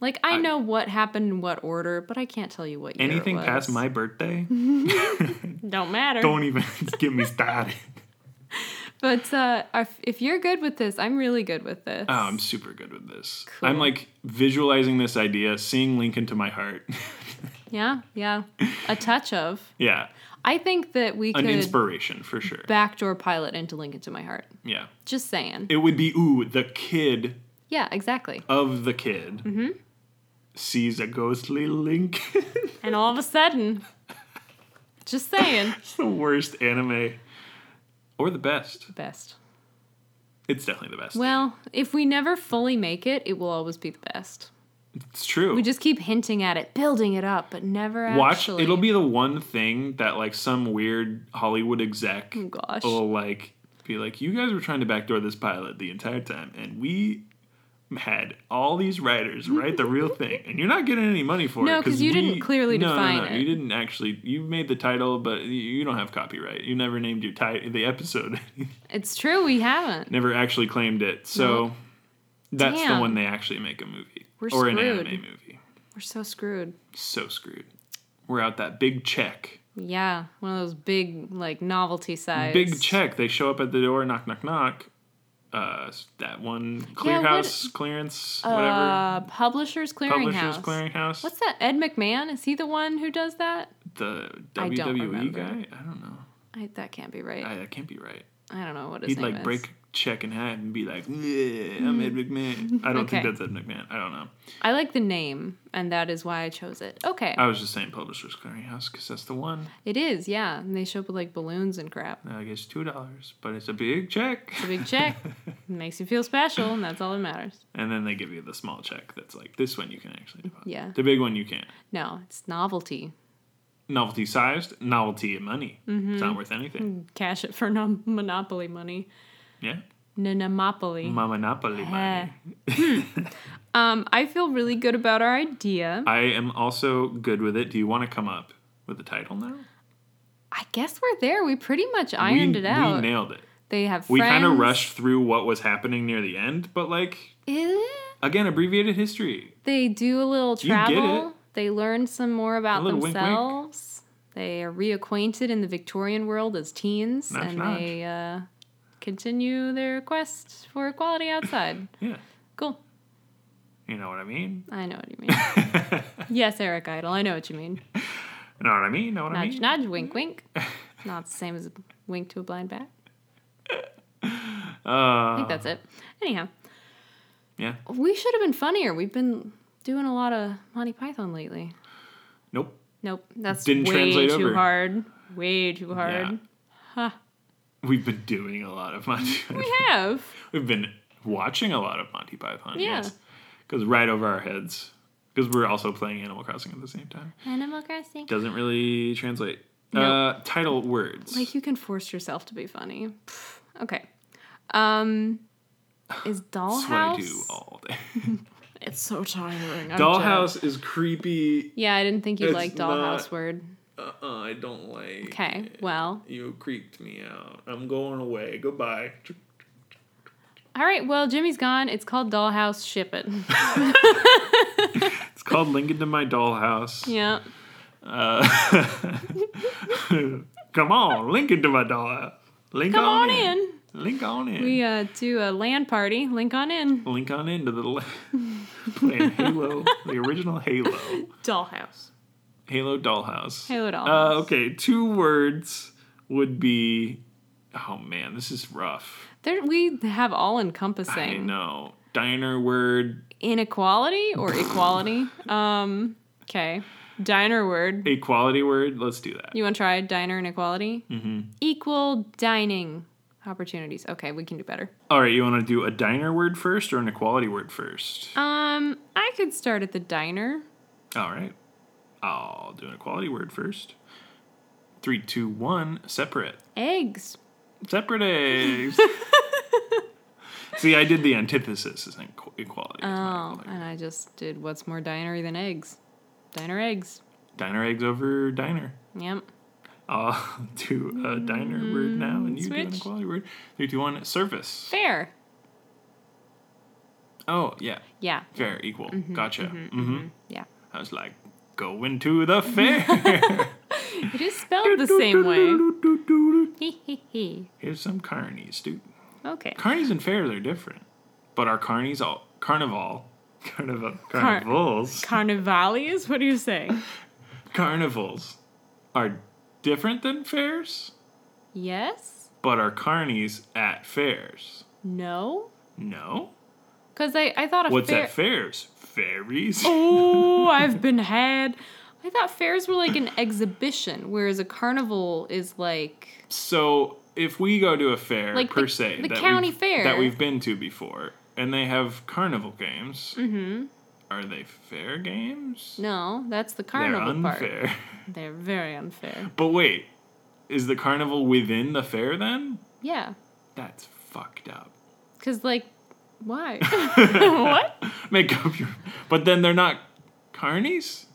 [SPEAKER 1] Like I, know what happened in what order, but I can't tell you what year it
[SPEAKER 2] Anything
[SPEAKER 1] was.
[SPEAKER 2] past my birthday?
[SPEAKER 1] don't matter.
[SPEAKER 2] Don't e even get me started.
[SPEAKER 1] But uh, if- if you're good with this, I'm really good with this.
[SPEAKER 2] Oh, I'm super good with this.
[SPEAKER 1] Cool.
[SPEAKER 2] I'm like visualizing this idea, seeing Lincoln to my heart.
[SPEAKER 1] yeah, yeah, a touch of.
[SPEAKER 2] yeah,
[SPEAKER 1] I think that we
[SPEAKER 2] an
[SPEAKER 1] could
[SPEAKER 2] inspiration for sure.
[SPEAKER 1] backdoor pilot into Lincoln to my heart.
[SPEAKER 2] Yeah.
[SPEAKER 1] Just saying.
[SPEAKER 2] It would be, ooh, the kid
[SPEAKER 1] Yeah, exactly.
[SPEAKER 2] of the kid
[SPEAKER 1] Mm-hmm.
[SPEAKER 2] sees a ghostly Lincoln.
[SPEAKER 1] And all of a sudden, just saying.
[SPEAKER 2] it's the worst anime. Or the best.
[SPEAKER 1] Best.
[SPEAKER 2] It's definitely the best.
[SPEAKER 1] Well, if we never fully make it, it will always be the best.
[SPEAKER 2] It's true.
[SPEAKER 1] We just keep hinting at it, building it up, but never
[SPEAKER 2] Watch
[SPEAKER 1] actually.
[SPEAKER 2] it'll be the one thing that like some weird Hollywood exec
[SPEAKER 1] Oh, gosh.
[SPEAKER 2] will like be like, You guys were trying to backdoor this pilot the entire time and we had all these writers write the real thing and you're not getting any money for it.
[SPEAKER 1] No, 'cause you didn't
[SPEAKER 2] we-
[SPEAKER 1] clearly
[SPEAKER 2] no, no,
[SPEAKER 1] define
[SPEAKER 2] no,
[SPEAKER 1] it.
[SPEAKER 2] You didn't actually you made the title but you- you don't have copyright. You never named your title the episode.
[SPEAKER 1] It's true, we haven't.
[SPEAKER 2] never actually claimed it. So that's
[SPEAKER 1] Damn.
[SPEAKER 2] the one they actually make a movie.
[SPEAKER 1] We're
[SPEAKER 2] or an
[SPEAKER 1] screwed.
[SPEAKER 2] anime movie.
[SPEAKER 1] We're so screwed.
[SPEAKER 2] So screwed. We're out that big check.
[SPEAKER 1] Yeah, one of those big, like, novelty size.
[SPEAKER 2] big check. They show up at the door, knock, knock, knock. Uh, that one clear
[SPEAKER 1] what-
[SPEAKER 2] house clearance, whatever.
[SPEAKER 1] Uh, Publishers Clearinghouse.
[SPEAKER 2] Publishers clearinghouse.
[SPEAKER 1] What's that? Ed McMahon? Is he the one who does that?
[SPEAKER 2] the
[SPEAKER 1] I
[SPEAKER 2] WWE
[SPEAKER 1] don't remember.
[SPEAKER 2] guy? I don't know.
[SPEAKER 1] I, that can't be right.
[SPEAKER 2] I,
[SPEAKER 1] I,
[SPEAKER 2] that can't be right.
[SPEAKER 1] don't know what his
[SPEAKER 2] He'd
[SPEAKER 1] name
[SPEAKER 2] like
[SPEAKER 1] is. Hmm.
[SPEAKER 2] break a check in half and be like, "Yeah, I'm Ed McMahon." I don't
[SPEAKER 1] Okay.
[SPEAKER 2] think that's Ed McMahon. I don't know.
[SPEAKER 1] I like the name, and that is why I chose it. Okay.
[SPEAKER 2] I was just saying Publishers Clearinghouse because that's the one.
[SPEAKER 1] It is, yeah. And they show up with like balloons and crap.
[SPEAKER 2] Now I guess two dollars, but it's a big check.
[SPEAKER 1] It's a big check. it makes you feel special, and that's all that matters.
[SPEAKER 2] And then they give you the small check that's like this one you can actually deposit.
[SPEAKER 1] Yeah.
[SPEAKER 2] The big one you can't.
[SPEAKER 1] No, it's novelty.
[SPEAKER 2] Novelty sized, novelty in money.
[SPEAKER 1] Mm-hmm.
[SPEAKER 2] It's not worth
[SPEAKER 1] Mm.
[SPEAKER 2] anything.
[SPEAKER 1] Cash it for non- monopoly money.
[SPEAKER 2] Yeah.
[SPEAKER 1] Nanamopoly.
[SPEAKER 2] My Monopoly
[SPEAKER 1] Yeah.
[SPEAKER 2] money.
[SPEAKER 1] Um, I feel really good about our idea.
[SPEAKER 2] I am also good with it. Do you want to come up with a title now?
[SPEAKER 1] I guess we're there. We pretty much ironed
[SPEAKER 2] we,
[SPEAKER 1] it out.
[SPEAKER 2] We nailed it.
[SPEAKER 1] they have
[SPEAKER 2] We kind of
[SPEAKER 1] friends.
[SPEAKER 2] rushed through what was happening near the end, but like
[SPEAKER 1] Eh,
[SPEAKER 2] Again, abbreviated history.
[SPEAKER 1] They do a little
[SPEAKER 2] You get it.
[SPEAKER 1] travel. They learn some more about
[SPEAKER 2] A little wink, wink.
[SPEAKER 1] themselves. They are reacquainted in the Victorian world as teens,
[SPEAKER 2] Notch,
[SPEAKER 1] and
[SPEAKER 2] notch.
[SPEAKER 1] they uh, continue their quest for equality outside.
[SPEAKER 2] Yeah.
[SPEAKER 1] cool.
[SPEAKER 2] You know what I mean?
[SPEAKER 1] I know what you mean. yes, Eric Idle. I know what you mean.
[SPEAKER 2] Know what I mean? Know what I
[SPEAKER 1] Nudge,
[SPEAKER 2] mean?
[SPEAKER 1] nudge, wink, wink. Not the same as a wink to a blind bat.
[SPEAKER 2] Uh,
[SPEAKER 1] I think that's it. Anyhow,
[SPEAKER 2] yeah.
[SPEAKER 1] we should have been funnier. We've been doing a lot of Monty Python lately.
[SPEAKER 2] Nope.
[SPEAKER 1] Nope, that's
[SPEAKER 2] Didn't
[SPEAKER 1] way
[SPEAKER 2] translate
[SPEAKER 1] too
[SPEAKER 2] over.
[SPEAKER 1] hard. Way too hard.
[SPEAKER 2] We've been doing a lot of Monty. Python.
[SPEAKER 1] We have.
[SPEAKER 2] We've been watching a lot of Monty Python.
[SPEAKER 1] Yeah.
[SPEAKER 2] Yes. Goes right over our heads because we're also playing Animal Crossing at the same time.
[SPEAKER 1] Animal Crossing.
[SPEAKER 2] Doesn't really translate.
[SPEAKER 1] Nope.
[SPEAKER 2] Uh, title words.
[SPEAKER 1] Like you can force yourself to be funny. Pff, Okay. Um, is
[SPEAKER 2] That's what I do
[SPEAKER 1] Dollhouse?
[SPEAKER 2] all day.
[SPEAKER 1] It's so tiring. I'm dead.
[SPEAKER 2] Dollhouse is creepy.
[SPEAKER 1] Yeah, I didn't think you
[SPEAKER 2] It's
[SPEAKER 1] liked Dollhouse
[SPEAKER 2] not-
[SPEAKER 1] word.
[SPEAKER 2] Uh, uh I don't like.
[SPEAKER 1] Okay, well,
[SPEAKER 2] You creeped me out. I'm going away. Goodbye.
[SPEAKER 1] all right. Well, Jimmy's gone. It's called Dollhouse. Ship it.
[SPEAKER 2] It's called Link into My Dollhouse.
[SPEAKER 1] yeah.
[SPEAKER 2] Come on, link into my dollhouse. Link
[SPEAKER 1] Come
[SPEAKER 2] on,
[SPEAKER 1] on in.
[SPEAKER 2] Link on in.
[SPEAKER 1] We uh, do a land party. Link on in.
[SPEAKER 2] link on into the le- playing Halo, the original Halo,
[SPEAKER 1] Dollhouse.
[SPEAKER 2] Halo Dollhouse.
[SPEAKER 1] Halo
[SPEAKER 2] Uh,
[SPEAKER 1] Dollhouse.
[SPEAKER 2] okay, two words would be. Oh man, this is rough.
[SPEAKER 1] there, we have all
[SPEAKER 2] I
[SPEAKER 1] encompassing
[SPEAKER 2] know. Diner word
[SPEAKER 1] inequality or equality. Um. Okay. Diner word.
[SPEAKER 2] equality word. Let's do that.
[SPEAKER 1] You want to try diner inequality? Mm-hmm. Equal dining opportunities. Okay, we can do better.
[SPEAKER 2] All right, you want to do a diner word first or an equality word first?
[SPEAKER 1] Um, I could start at the diner.
[SPEAKER 2] All right. I'll do an equality word first. Three, two, one. Separate.
[SPEAKER 1] Eggs.
[SPEAKER 2] Separate eggs. See, I did the antithesis as in qu- equality.
[SPEAKER 1] Oh, and I just did what's more dinery than eggs? Diner eggs.
[SPEAKER 2] Diner eggs over diner.
[SPEAKER 1] Yep.
[SPEAKER 2] I'll do a diner word now, and you do an
[SPEAKER 1] switch.
[SPEAKER 2] equality word. Three, two, one. Surface.
[SPEAKER 1] Fair.
[SPEAKER 2] Oh, yeah.
[SPEAKER 1] Yeah.
[SPEAKER 2] Fair, equal.
[SPEAKER 1] Mm-hmm,
[SPEAKER 2] gotcha. hmm
[SPEAKER 1] Yeah.
[SPEAKER 2] I was like, going to the fair.
[SPEAKER 1] It is spelled the same way. Hee hee hee.
[SPEAKER 2] Here's some carnies, dude.
[SPEAKER 1] Okay.
[SPEAKER 2] Carnies and fairs are different, but are carnies all carnival, carnival, carnivals,
[SPEAKER 1] Carnivales? What are you saying?
[SPEAKER 2] carnivals are different than fairs,
[SPEAKER 1] Yes?
[SPEAKER 2] but are carnies at fairs?
[SPEAKER 1] No?
[SPEAKER 2] No.
[SPEAKER 1] Because I, I thought a
[SPEAKER 2] What's
[SPEAKER 1] fair.
[SPEAKER 2] at fairs? Fairies.
[SPEAKER 1] Oh, I've been had. I thought fairs were like an exhibition, whereas a carnival is like
[SPEAKER 2] So if we go to a fair
[SPEAKER 1] Like
[SPEAKER 2] per
[SPEAKER 1] the-
[SPEAKER 2] se,
[SPEAKER 1] the county
[SPEAKER 2] we've-
[SPEAKER 1] fair.
[SPEAKER 2] that we've been to before, and they have carnival games. Mm-hmm. Are they fair games?
[SPEAKER 1] no, that's the carnival
[SPEAKER 2] They're
[SPEAKER 1] part.
[SPEAKER 2] unfair.
[SPEAKER 1] They're very unfair.
[SPEAKER 2] But wait, is the carnival within the fair then?
[SPEAKER 1] Yeah,
[SPEAKER 2] That's fucked up.
[SPEAKER 1] because like, why? what?
[SPEAKER 2] Make up your. But then they're not carnies?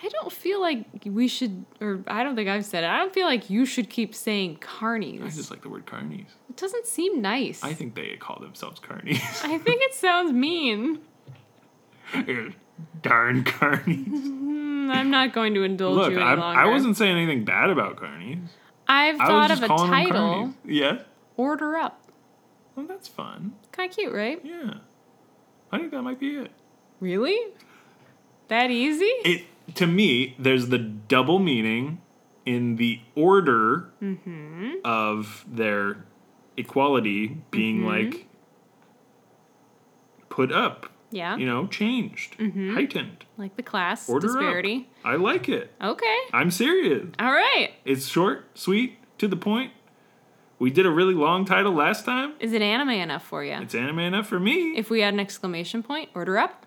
[SPEAKER 1] I don't feel like we should, or I don't think I've said it. I don't feel like you should keep saying
[SPEAKER 2] I
[SPEAKER 1] carnies.
[SPEAKER 2] just like the word carnies.
[SPEAKER 1] It doesn't seem nice.
[SPEAKER 2] I think they call themselves carnies.
[SPEAKER 1] I think it sounds mean.
[SPEAKER 2] Darn carnies.
[SPEAKER 1] Mm, I'm not going to indulge
[SPEAKER 2] Look,
[SPEAKER 1] you any
[SPEAKER 2] I'm,
[SPEAKER 1] longer.
[SPEAKER 2] I wasn't saying anything bad about carnies.
[SPEAKER 1] I've
[SPEAKER 2] I was
[SPEAKER 1] thought
[SPEAKER 2] just
[SPEAKER 1] of a
[SPEAKER 2] calling them
[SPEAKER 1] title.
[SPEAKER 2] carnies. Yeah.
[SPEAKER 1] Order up.
[SPEAKER 2] Well, that's fun.
[SPEAKER 1] Kind of cute, right?
[SPEAKER 2] Yeah. I think that might be it.
[SPEAKER 1] Really? That easy?
[SPEAKER 2] It to me, there's the double meaning in the order
[SPEAKER 1] Mm-hmm.
[SPEAKER 2] of their equality being
[SPEAKER 1] Mm-hmm.
[SPEAKER 2] like put up,
[SPEAKER 1] yeah.
[SPEAKER 2] you know, changed, heightened.
[SPEAKER 1] like the class
[SPEAKER 2] Order
[SPEAKER 1] disparity.
[SPEAKER 2] up. I like it.
[SPEAKER 1] Okay.
[SPEAKER 2] I'm serious.
[SPEAKER 1] All right.
[SPEAKER 2] It's short, sweet, to the point. We did a really long title last time.
[SPEAKER 1] Is it anime enough for you?
[SPEAKER 2] It's anime enough for me.
[SPEAKER 1] If we add an exclamation point, order up?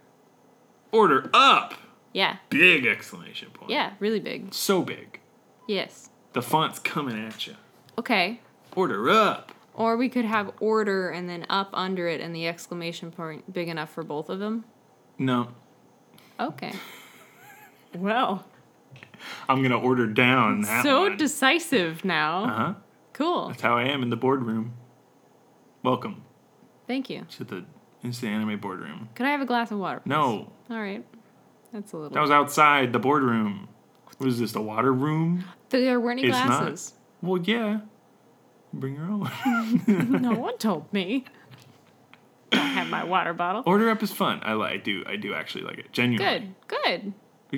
[SPEAKER 2] Order up!
[SPEAKER 1] Yeah.
[SPEAKER 2] Big exclamation point.
[SPEAKER 1] Yeah, really big.
[SPEAKER 2] So big.
[SPEAKER 1] Yes.
[SPEAKER 2] The font's coming at you.
[SPEAKER 1] Okay.
[SPEAKER 2] Order up.
[SPEAKER 1] Or we could have order and then up under it and the exclamation point big enough for both of them.
[SPEAKER 2] No,
[SPEAKER 1] Okay. well,
[SPEAKER 2] I'm gonna order down that
[SPEAKER 1] so
[SPEAKER 2] one.
[SPEAKER 1] decisive now.
[SPEAKER 2] uh-huh.
[SPEAKER 1] Cool.
[SPEAKER 2] That's how I am in the boardroom. Welcome
[SPEAKER 1] Thank you.
[SPEAKER 2] to the It's the anime boardroom.
[SPEAKER 1] Could I have a glass of water? please?
[SPEAKER 2] No,
[SPEAKER 1] All right. That's a little.
[SPEAKER 2] that was outside the boardroom. What is this? The water room?
[SPEAKER 1] there weren't any
[SPEAKER 2] It's not.
[SPEAKER 1] glasses.
[SPEAKER 2] Well, yeah. Bring your own.
[SPEAKER 1] no one told me. Don't have my water bottle.
[SPEAKER 2] Order up is fun. I li- I do I do actually like it. Genuinely.
[SPEAKER 1] Good. Good.
[SPEAKER 2] Good.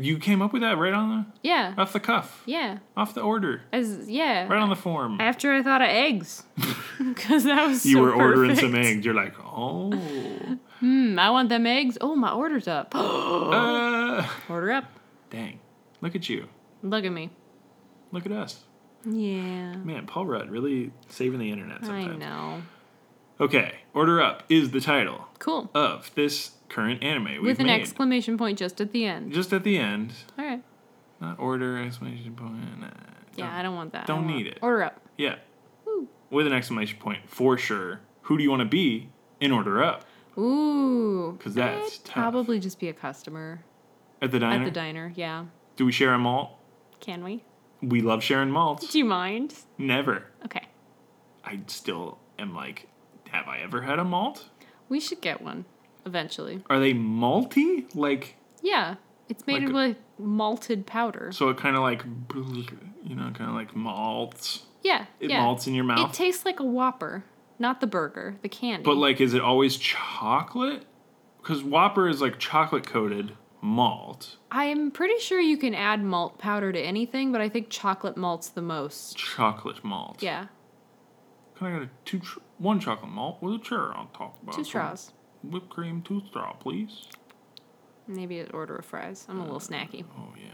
[SPEAKER 2] You came up with that right on
[SPEAKER 1] Yeah.
[SPEAKER 2] the off the cuff,
[SPEAKER 1] Yeah.
[SPEAKER 2] off the order,
[SPEAKER 1] As yeah.
[SPEAKER 2] right on the form.
[SPEAKER 1] After I thought of eggs, because that was
[SPEAKER 2] you
[SPEAKER 1] so
[SPEAKER 2] were ordering some
[SPEAKER 1] perfect.
[SPEAKER 2] eggs. You're like, oh,
[SPEAKER 1] Hmm, I want them eggs. Oh, my order's up.
[SPEAKER 2] uh,
[SPEAKER 1] Order up.
[SPEAKER 2] dang! Look at you.
[SPEAKER 1] Look at me.
[SPEAKER 2] Look at us.
[SPEAKER 1] Yeah.
[SPEAKER 2] Man, Paul Rudd really saving the internet sometimes.
[SPEAKER 1] I know.
[SPEAKER 2] Okay, order up is the title
[SPEAKER 1] Cool.
[SPEAKER 2] of this current anime we've
[SPEAKER 1] With an
[SPEAKER 2] made.
[SPEAKER 1] exclamation point just at the end.
[SPEAKER 2] Just at the end,
[SPEAKER 1] All right.
[SPEAKER 2] not order exclamation point. nah,
[SPEAKER 1] Yeah, I don't want that. I
[SPEAKER 2] Don't
[SPEAKER 1] want-
[SPEAKER 2] need it.
[SPEAKER 1] Order up.
[SPEAKER 2] Yeah.
[SPEAKER 1] Woo.
[SPEAKER 2] With an exclamation point, for sure. Who do you want to be in order up?
[SPEAKER 1] Ooh.
[SPEAKER 2] 'Cause that's
[SPEAKER 1] I'd
[SPEAKER 2] tough.
[SPEAKER 1] probably just be a customer
[SPEAKER 2] At the diner?
[SPEAKER 1] at the diner. Yeah.
[SPEAKER 2] do we share a malt?
[SPEAKER 1] Can we?
[SPEAKER 2] We love sharing malts.
[SPEAKER 1] Do you mind?
[SPEAKER 2] Never.
[SPEAKER 1] Okay.
[SPEAKER 2] I still am like, have I ever had a malt?
[SPEAKER 1] We should get one eventually.
[SPEAKER 2] Are they malty? Like,
[SPEAKER 1] Yeah. It's made
[SPEAKER 2] Like a-
[SPEAKER 1] with malted powder.
[SPEAKER 2] so it kind of like, you know, kind of like malts.
[SPEAKER 1] Yeah.
[SPEAKER 2] It
[SPEAKER 1] yeah.
[SPEAKER 2] malts in your
[SPEAKER 1] It
[SPEAKER 2] mouth.
[SPEAKER 1] tastes like a Whopper, not the burger, the candy.
[SPEAKER 2] but like, is it always chocolate? Because Whopper is like chocolate coated malt.
[SPEAKER 1] I'm pretty sure you can add malt powder to anything, but I think chocolate malts the most.
[SPEAKER 2] Chocolate malt.
[SPEAKER 1] Yeah,
[SPEAKER 2] Can I get a two, tr- one chocolate malt with a cherry on top? About
[SPEAKER 1] two
[SPEAKER 2] some
[SPEAKER 1] straws.
[SPEAKER 2] Whipped cream, two straw, please.
[SPEAKER 1] Maybe an order of fries. I'm a little snacky.
[SPEAKER 2] Oh yeah,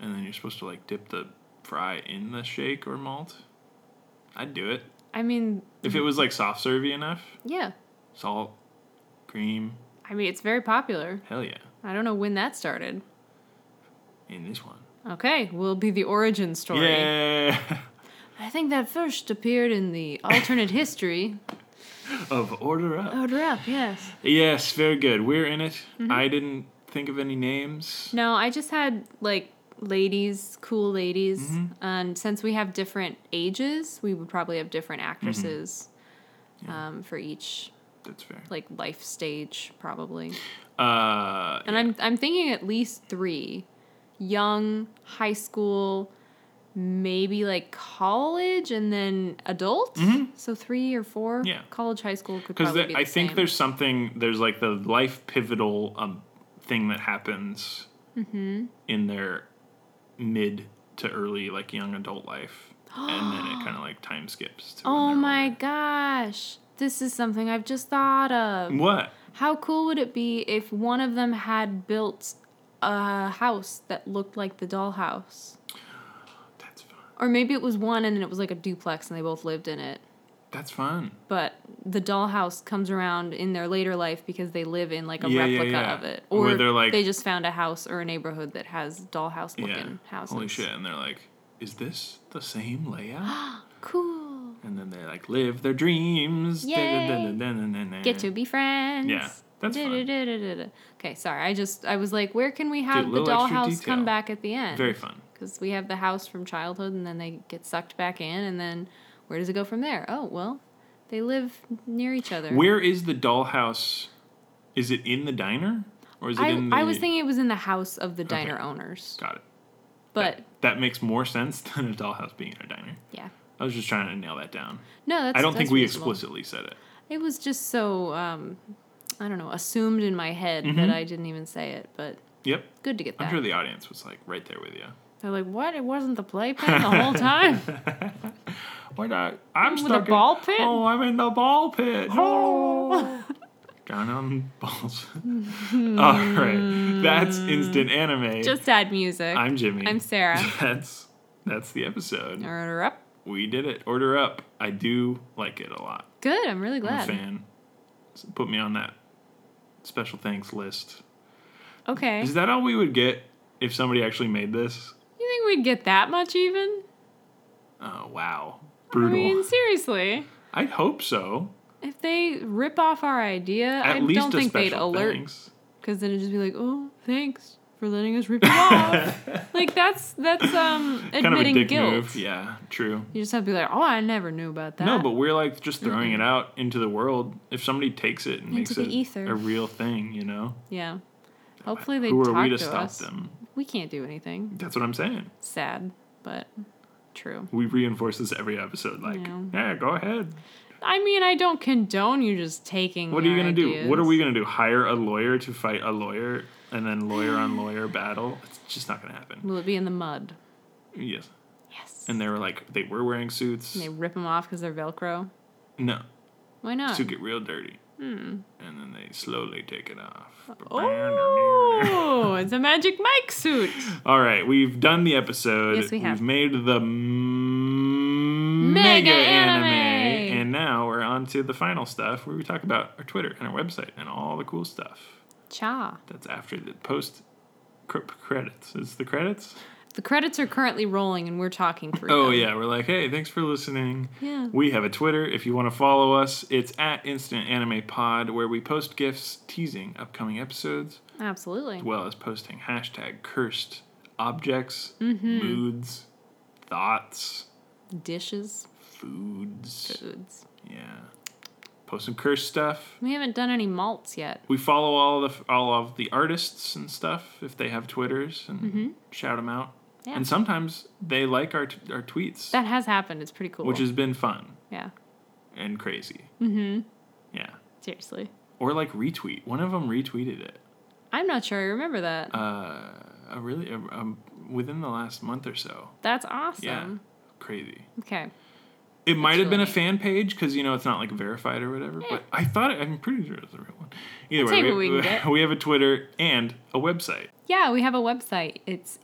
[SPEAKER 2] and then you're supposed to like dip the fry in the shake or malt. I'd do it
[SPEAKER 1] I mean,
[SPEAKER 2] if it was like soft servy enough.
[SPEAKER 1] yeah.
[SPEAKER 2] Salt, cream,
[SPEAKER 1] I mean, it's very popular.
[SPEAKER 2] hell yeah.
[SPEAKER 1] I don't know when that started.
[SPEAKER 2] In this one,
[SPEAKER 1] Okay, will be the origin story.
[SPEAKER 2] yeah,
[SPEAKER 1] I think that first appeared in the alternate history.
[SPEAKER 2] of order up.
[SPEAKER 1] Order up, yes.
[SPEAKER 2] Yes, very good. We're in it.
[SPEAKER 1] Mm-hmm.
[SPEAKER 2] I didn't think of any names.
[SPEAKER 1] No, I just had like ladies, cool ladies,
[SPEAKER 2] Mm-hmm.
[SPEAKER 1] and since we have different ages, we would probably have different
[SPEAKER 2] Mm-hmm.
[SPEAKER 1] actresses um, for each
[SPEAKER 2] That's fair.
[SPEAKER 1] like life stage probably.
[SPEAKER 2] Uh,
[SPEAKER 1] And I'm I'm thinking at least 3. Young, high school, maybe like college and then adult. So 3 or 4.
[SPEAKER 2] Mm-hmm. Yeah.
[SPEAKER 1] College, high school could
[SPEAKER 2] because
[SPEAKER 1] probably be the
[SPEAKER 2] I think
[SPEAKER 1] same.
[SPEAKER 2] there's something there's like the life pivotal um thing that happens
[SPEAKER 1] Mm-hmm.
[SPEAKER 2] in their mid to early like young adult life, and then it kind of like time skips. To when
[SPEAKER 1] Oh
[SPEAKER 2] they're
[SPEAKER 1] my gosh. This is something I've just thought of.
[SPEAKER 2] older. What?
[SPEAKER 1] How cool would it be if one of them had built a house that looked like the dollhouse?
[SPEAKER 2] That's fun.
[SPEAKER 1] Or maybe it was one and then it was like a duplex and they both lived in it.
[SPEAKER 2] That's fun.
[SPEAKER 1] But the dollhouse comes around in their later life because they live in like a
[SPEAKER 2] Yeah, yeah,
[SPEAKER 1] replica
[SPEAKER 2] yeah.
[SPEAKER 1] of it. Or
[SPEAKER 2] Where they're like-
[SPEAKER 1] they just found a house or a neighborhood that has dollhouse looking
[SPEAKER 2] Yeah.
[SPEAKER 1] houses.
[SPEAKER 2] Holy shit! And they're like, "Is this the same layout?"
[SPEAKER 1] Cool.
[SPEAKER 2] and then they like live their dreams.
[SPEAKER 1] Yay.
[SPEAKER 2] Dun-dun-dun-dun-dun-dun-dun.
[SPEAKER 1] Get to be friends.
[SPEAKER 2] Yeah, that's fun.
[SPEAKER 1] Da-da-da-da-da-da. Okay, sorry. I just I was like, where can we have the
[SPEAKER 2] little extra
[SPEAKER 1] dollhouse
[SPEAKER 2] detail.
[SPEAKER 1] come back at the end?
[SPEAKER 2] Very fun.
[SPEAKER 1] because we have the house from childhood and then they get sucked back in and then where does it go from there oh well they live near each other
[SPEAKER 2] Where is the dollhouse? Is it in the diner or is it
[SPEAKER 1] I,
[SPEAKER 2] in the?
[SPEAKER 1] I was thinking it was in the house of the diner owners
[SPEAKER 2] Got it.
[SPEAKER 1] but
[SPEAKER 2] That makes more sense than a dollhouse being in a diner.
[SPEAKER 1] yeah
[SPEAKER 2] I was just trying to nail that down.
[SPEAKER 1] no that's
[SPEAKER 2] I don't think
[SPEAKER 1] that's
[SPEAKER 2] we
[SPEAKER 1] reasonable.
[SPEAKER 2] explicitly said it.
[SPEAKER 1] it was just so um, i don't know assumed in my head that i didn't even say it but
[SPEAKER 2] Yep.
[SPEAKER 1] good to get
[SPEAKER 2] Mm-hmm. I'm
[SPEAKER 1] that
[SPEAKER 2] sure the audience was like right there with you.
[SPEAKER 1] they're like what it wasn't the playpen the whole time
[SPEAKER 2] Why not? I'm
[SPEAKER 1] With a
[SPEAKER 2] stuck in-
[SPEAKER 1] ball pit?
[SPEAKER 2] Oh, I'm in the ball pit. Oh. Drown on balls. All right, that's instant anime.
[SPEAKER 1] Hmm. just add music
[SPEAKER 2] I'm Jimmy.
[SPEAKER 1] I'm Sarah.
[SPEAKER 2] That's that's the episode.
[SPEAKER 1] order up
[SPEAKER 2] We did it. Order up. I do like it a lot.
[SPEAKER 1] good i'm really
[SPEAKER 2] I'm a
[SPEAKER 1] glad
[SPEAKER 2] fan. S- Put me on that special thanks list.
[SPEAKER 1] okay
[SPEAKER 2] Is that all we would get if somebody actually made this?
[SPEAKER 1] you think we'd get that much even
[SPEAKER 2] Oh wow, brutal.
[SPEAKER 1] I mean, seriously.
[SPEAKER 2] I'd hope so.
[SPEAKER 1] If they rip off our idea,
[SPEAKER 2] At
[SPEAKER 1] I
[SPEAKER 2] least
[SPEAKER 1] don't
[SPEAKER 2] a
[SPEAKER 1] think they'd
[SPEAKER 2] special
[SPEAKER 1] alert
[SPEAKER 2] thanks.
[SPEAKER 1] because then it'd just be like, oh, thanks for letting us rip you off. like that's that's um
[SPEAKER 2] Kind of a
[SPEAKER 1] admitting
[SPEAKER 2] dick
[SPEAKER 1] guilt.
[SPEAKER 2] move. Yeah, true.
[SPEAKER 1] You just have to be like, oh, I never knew about that.
[SPEAKER 2] No, but we're like just throwing it out into the world. If somebody takes it and makes
[SPEAKER 1] the
[SPEAKER 2] it
[SPEAKER 1] ether.
[SPEAKER 2] a real thing, you know,
[SPEAKER 1] yeah. Hopefully they
[SPEAKER 2] who
[SPEAKER 1] talk
[SPEAKER 2] are we to,
[SPEAKER 1] to,
[SPEAKER 2] stop
[SPEAKER 1] us.
[SPEAKER 2] them?
[SPEAKER 1] We can't do anything.
[SPEAKER 2] That's what I'm saying.
[SPEAKER 1] Sad, but true.
[SPEAKER 2] We reinforce this every episode. Like,
[SPEAKER 1] Yeah.
[SPEAKER 2] yeah, go ahead.
[SPEAKER 1] I mean, I don't condone you just taking.
[SPEAKER 2] What are you
[SPEAKER 1] our
[SPEAKER 2] gonna do? What are
[SPEAKER 1] ideas.
[SPEAKER 2] we gonna do? Hire a lawyer to fight a lawyer, and then lawyer on lawyer battle? It's just not gonna happen.
[SPEAKER 1] Will it be in the mud?
[SPEAKER 2] Yes.
[SPEAKER 1] Yes.
[SPEAKER 2] And they were like, they were wearing suits.
[SPEAKER 1] And they rip them off because they're Velcro.
[SPEAKER 2] No,
[SPEAKER 1] Why not?
[SPEAKER 2] suit get real dirty,
[SPEAKER 1] Hmm.
[SPEAKER 2] and then they slowly take it off.
[SPEAKER 1] Oh, it's a Magic Mike suit.
[SPEAKER 2] All right, we've done the episode.
[SPEAKER 1] Yes, we have.
[SPEAKER 2] We've made the m-
[SPEAKER 1] Mega
[SPEAKER 2] mega
[SPEAKER 1] anime.
[SPEAKER 2] anime, and now we're on to the final stuff where we talk about our Twitter and our website and all the cool stuff
[SPEAKER 1] Cha.
[SPEAKER 2] that's after the post cr- credits. Is the credits?
[SPEAKER 1] The credits are currently rolling, and we're talking through.
[SPEAKER 2] Oh
[SPEAKER 1] them.
[SPEAKER 2] yeah, we're like, hey, thanks for listening.
[SPEAKER 1] Yeah.
[SPEAKER 2] We have a Twitter. If you want to follow us, it's at Instant Anime Pod, where we post gifs teasing upcoming episodes,
[SPEAKER 1] Absolutely.
[SPEAKER 2] as well as posting hashtag cursed objects,
[SPEAKER 1] Mm-hmm.
[SPEAKER 2] moods, thoughts,
[SPEAKER 1] Dishes,
[SPEAKER 2] foods.
[SPEAKER 1] foods.
[SPEAKER 2] Yeah, post some cursed stuff.
[SPEAKER 1] We haven't done any malts yet.
[SPEAKER 2] We follow all of the, all of the artists and stuff if they have Twitters and shout them out.
[SPEAKER 1] Mm-hmm. Yeah.
[SPEAKER 2] And sometimes they like our t- our tweets,
[SPEAKER 1] That has happened. It's pretty cool.
[SPEAKER 2] which has been fun
[SPEAKER 1] yeah.
[SPEAKER 2] and crazy. Mm-hmm. Yeah.
[SPEAKER 1] Seriously,
[SPEAKER 2] or like retweet. One of them retweeted it.
[SPEAKER 1] I'm not sure I remember that.
[SPEAKER 2] Uh, a really a, um, within the last month or so.
[SPEAKER 1] That's awesome.
[SPEAKER 2] Yeah, crazy.
[SPEAKER 1] Okay.
[SPEAKER 2] It might have been a
[SPEAKER 1] really neat.
[SPEAKER 2] fan page because you know it's not like verified or whatever. But I thought it, I'm pretty sure it's a real one. Either
[SPEAKER 1] take
[SPEAKER 2] way,
[SPEAKER 1] what we can get.
[SPEAKER 2] we have a Twitter and a website.
[SPEAKER 1] Yeah, we have a website. It's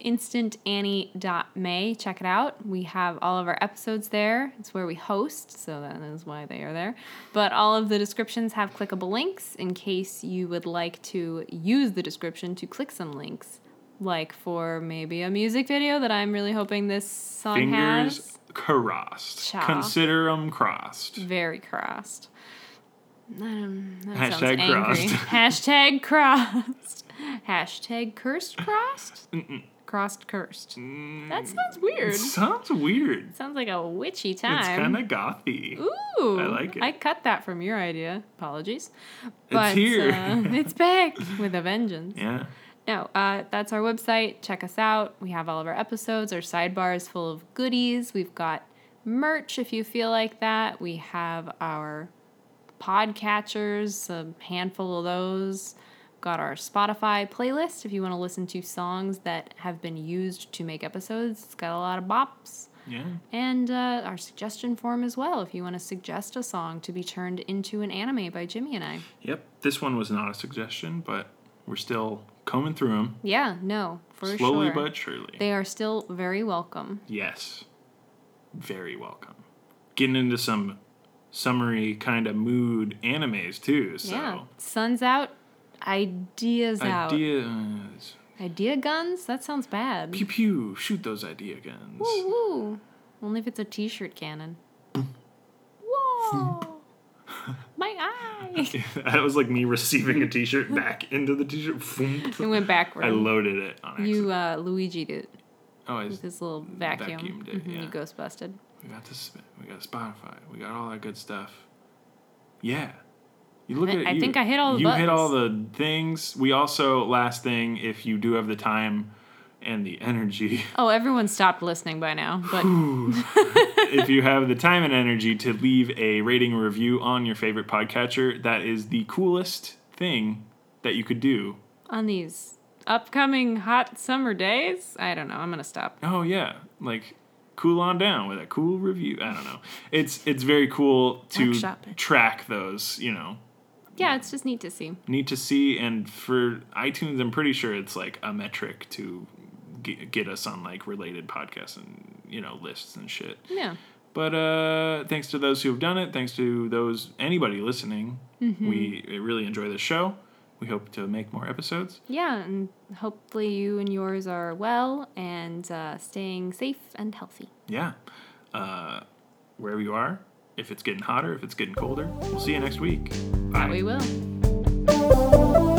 [SPEAKER 1] instantannie.may. Check it out. We have all of our episodes there. It's where we host, so that is why they are there. But all of the descriptions have clickable links in case you would like to use the description to click some links, like for maybe a music video that I'm really hoping this song has.
[SPEAKER 2] Fingers crossed.
[SPEAKER 1] Cha.
[SPEAKER 2] Consider them crossed.
[SPEAKER 1] Very crossed. Um, that sounds
[SPEAKER 2] Hashtag
[SPEAKER 1] angry.
[SPEAKER 2] crossed.
[SPEAKER 1] Hashtag crossed. Hashtag cursed crossed. Crossed cursed. That sounds weird.
[SPEAKER 2] Mm, Sounds weird.
[SPEAKER 1] Sounds like a witchy time.
[SPEAKER 2] It's kind of gothy.
[SPEAKER 1] Ooh,
[SPEAKER 2] I like it.
[SPEAKER 1] I cut that from your idea. Apologies.
[SPEAKER 2] here.
[SPEAKER 1] uh, it's back with a vengeance.
[SPEAKER 2] Yeah.
[SPEAKER 1] No, uh, that's our website. Check us out. We have all of our episodes. Our sidebar is full of goodies. We've got merch if you feel like that. We have our podcatchers, a handful of those. Got our Spotify playlist if you want to listen to songs that have been used to make episodes. It's got a lot of bops.
[SPEAKER 2] Yeah.
[SPEAKER 1] And uh, our suggestion form as well if you want to suggest a song to be turned into an anime by Jimmy and I.
[SPEAKER 2] Yep. This one was not a suggestion, but we're still combing through them
[SPEAKER 1] Yeah, no, for
[SPEAKER 2] slowly
[SPEAKER 1] sure.
[SPEAKER 2] but surely.
[SPEAKER 1] They are still very welcome.
[SPEAKER 2] Yes. Very welcome. Getting into some summery kind of mood animes too. So
[SPEAKER 1] Yeah. Sun's out, ideas out.
[SPEAKER 2] ideas.
[SPEAKER 1] Idea guns? That sounds bad.
[SPEAKER 2] Pew pew, shoot those idea guns.
[SPEAKER 1] Woo woo. Only if it's a t shirt cannon. Whoa! My eye!
[SPEAKER 2] that was like me receiving a t-shirt back into the t-shirt.
[SPEAKER 1] It
[SPEAKER 2] Foom.
[SPEAKER 1] went backward.
[SPEAKER 2] I loaded it on accident.
[SPEAKER 1] you uh, Luigi'd it
[SPEAKER 2] oh, I,
[SPEAKER 1] with this little vacuum.
[SPEAKER 2] Vacuumed it,
[SPEAKER 1] Mhm,
[SPEAKER 2] yeah.
[SPEAKER 1] You ghost busted.
[SPEAKER 2] we got this. We got Spotify. We got all that good stuff. Yeah. You look
[SPEAKER 1] I-
[SPEAKER 2] at
[SPEAKER 1] I
[SPEAKER 2] you.
[SPEAKER 1] think I hit all the
[SPEAKER 2] You hit
[SPEAKER 1] buttons.
[SPEAKER 2] all the things. We also last thing if you do have the time and the energy.
[SPEAKER 1] Oh, everyone stopped listening by now, but
[SPEAKER 2] if you have the time and energy to leave a rating or review on your favorite podcatcher, that is the coolest thing that you could do.
[SPEAKER 1] on these upcoming hot summer days, I don't know. I'm going to stop.
[SPEAKER 2] Oh yeah, like cool on down with a cool review. I don't know. It's it's very cool to
[SPEAKER 1] Workshop it.
[SPEAKER 2] track those. You know,
[SPEAKER 1] Yeah, it's just neat to see.
[SPEAKER 2] need to see and for iTunes, I'm pretty sure it's like a metric to get, get us on like related podcasts and you know lists and shit.
[SPEAKER 1] Yeah.
[SPEAKER 2] But uh, thanks to those who have done it. Thanks to those anybody listening. We really enjoy this show. We hope to make more episodes.
[SPEAKER 1] Yeah, and hopefully you and yours are well and uh, staying safe and healthy.
[SPEAKER 2] Yeah. Uh, wherever you are, if it's getting hotter, if it's getting colder, we'll see you next week. Bye.
[SPEAKER 1] We will.
[SPEAKER 3] Thank you.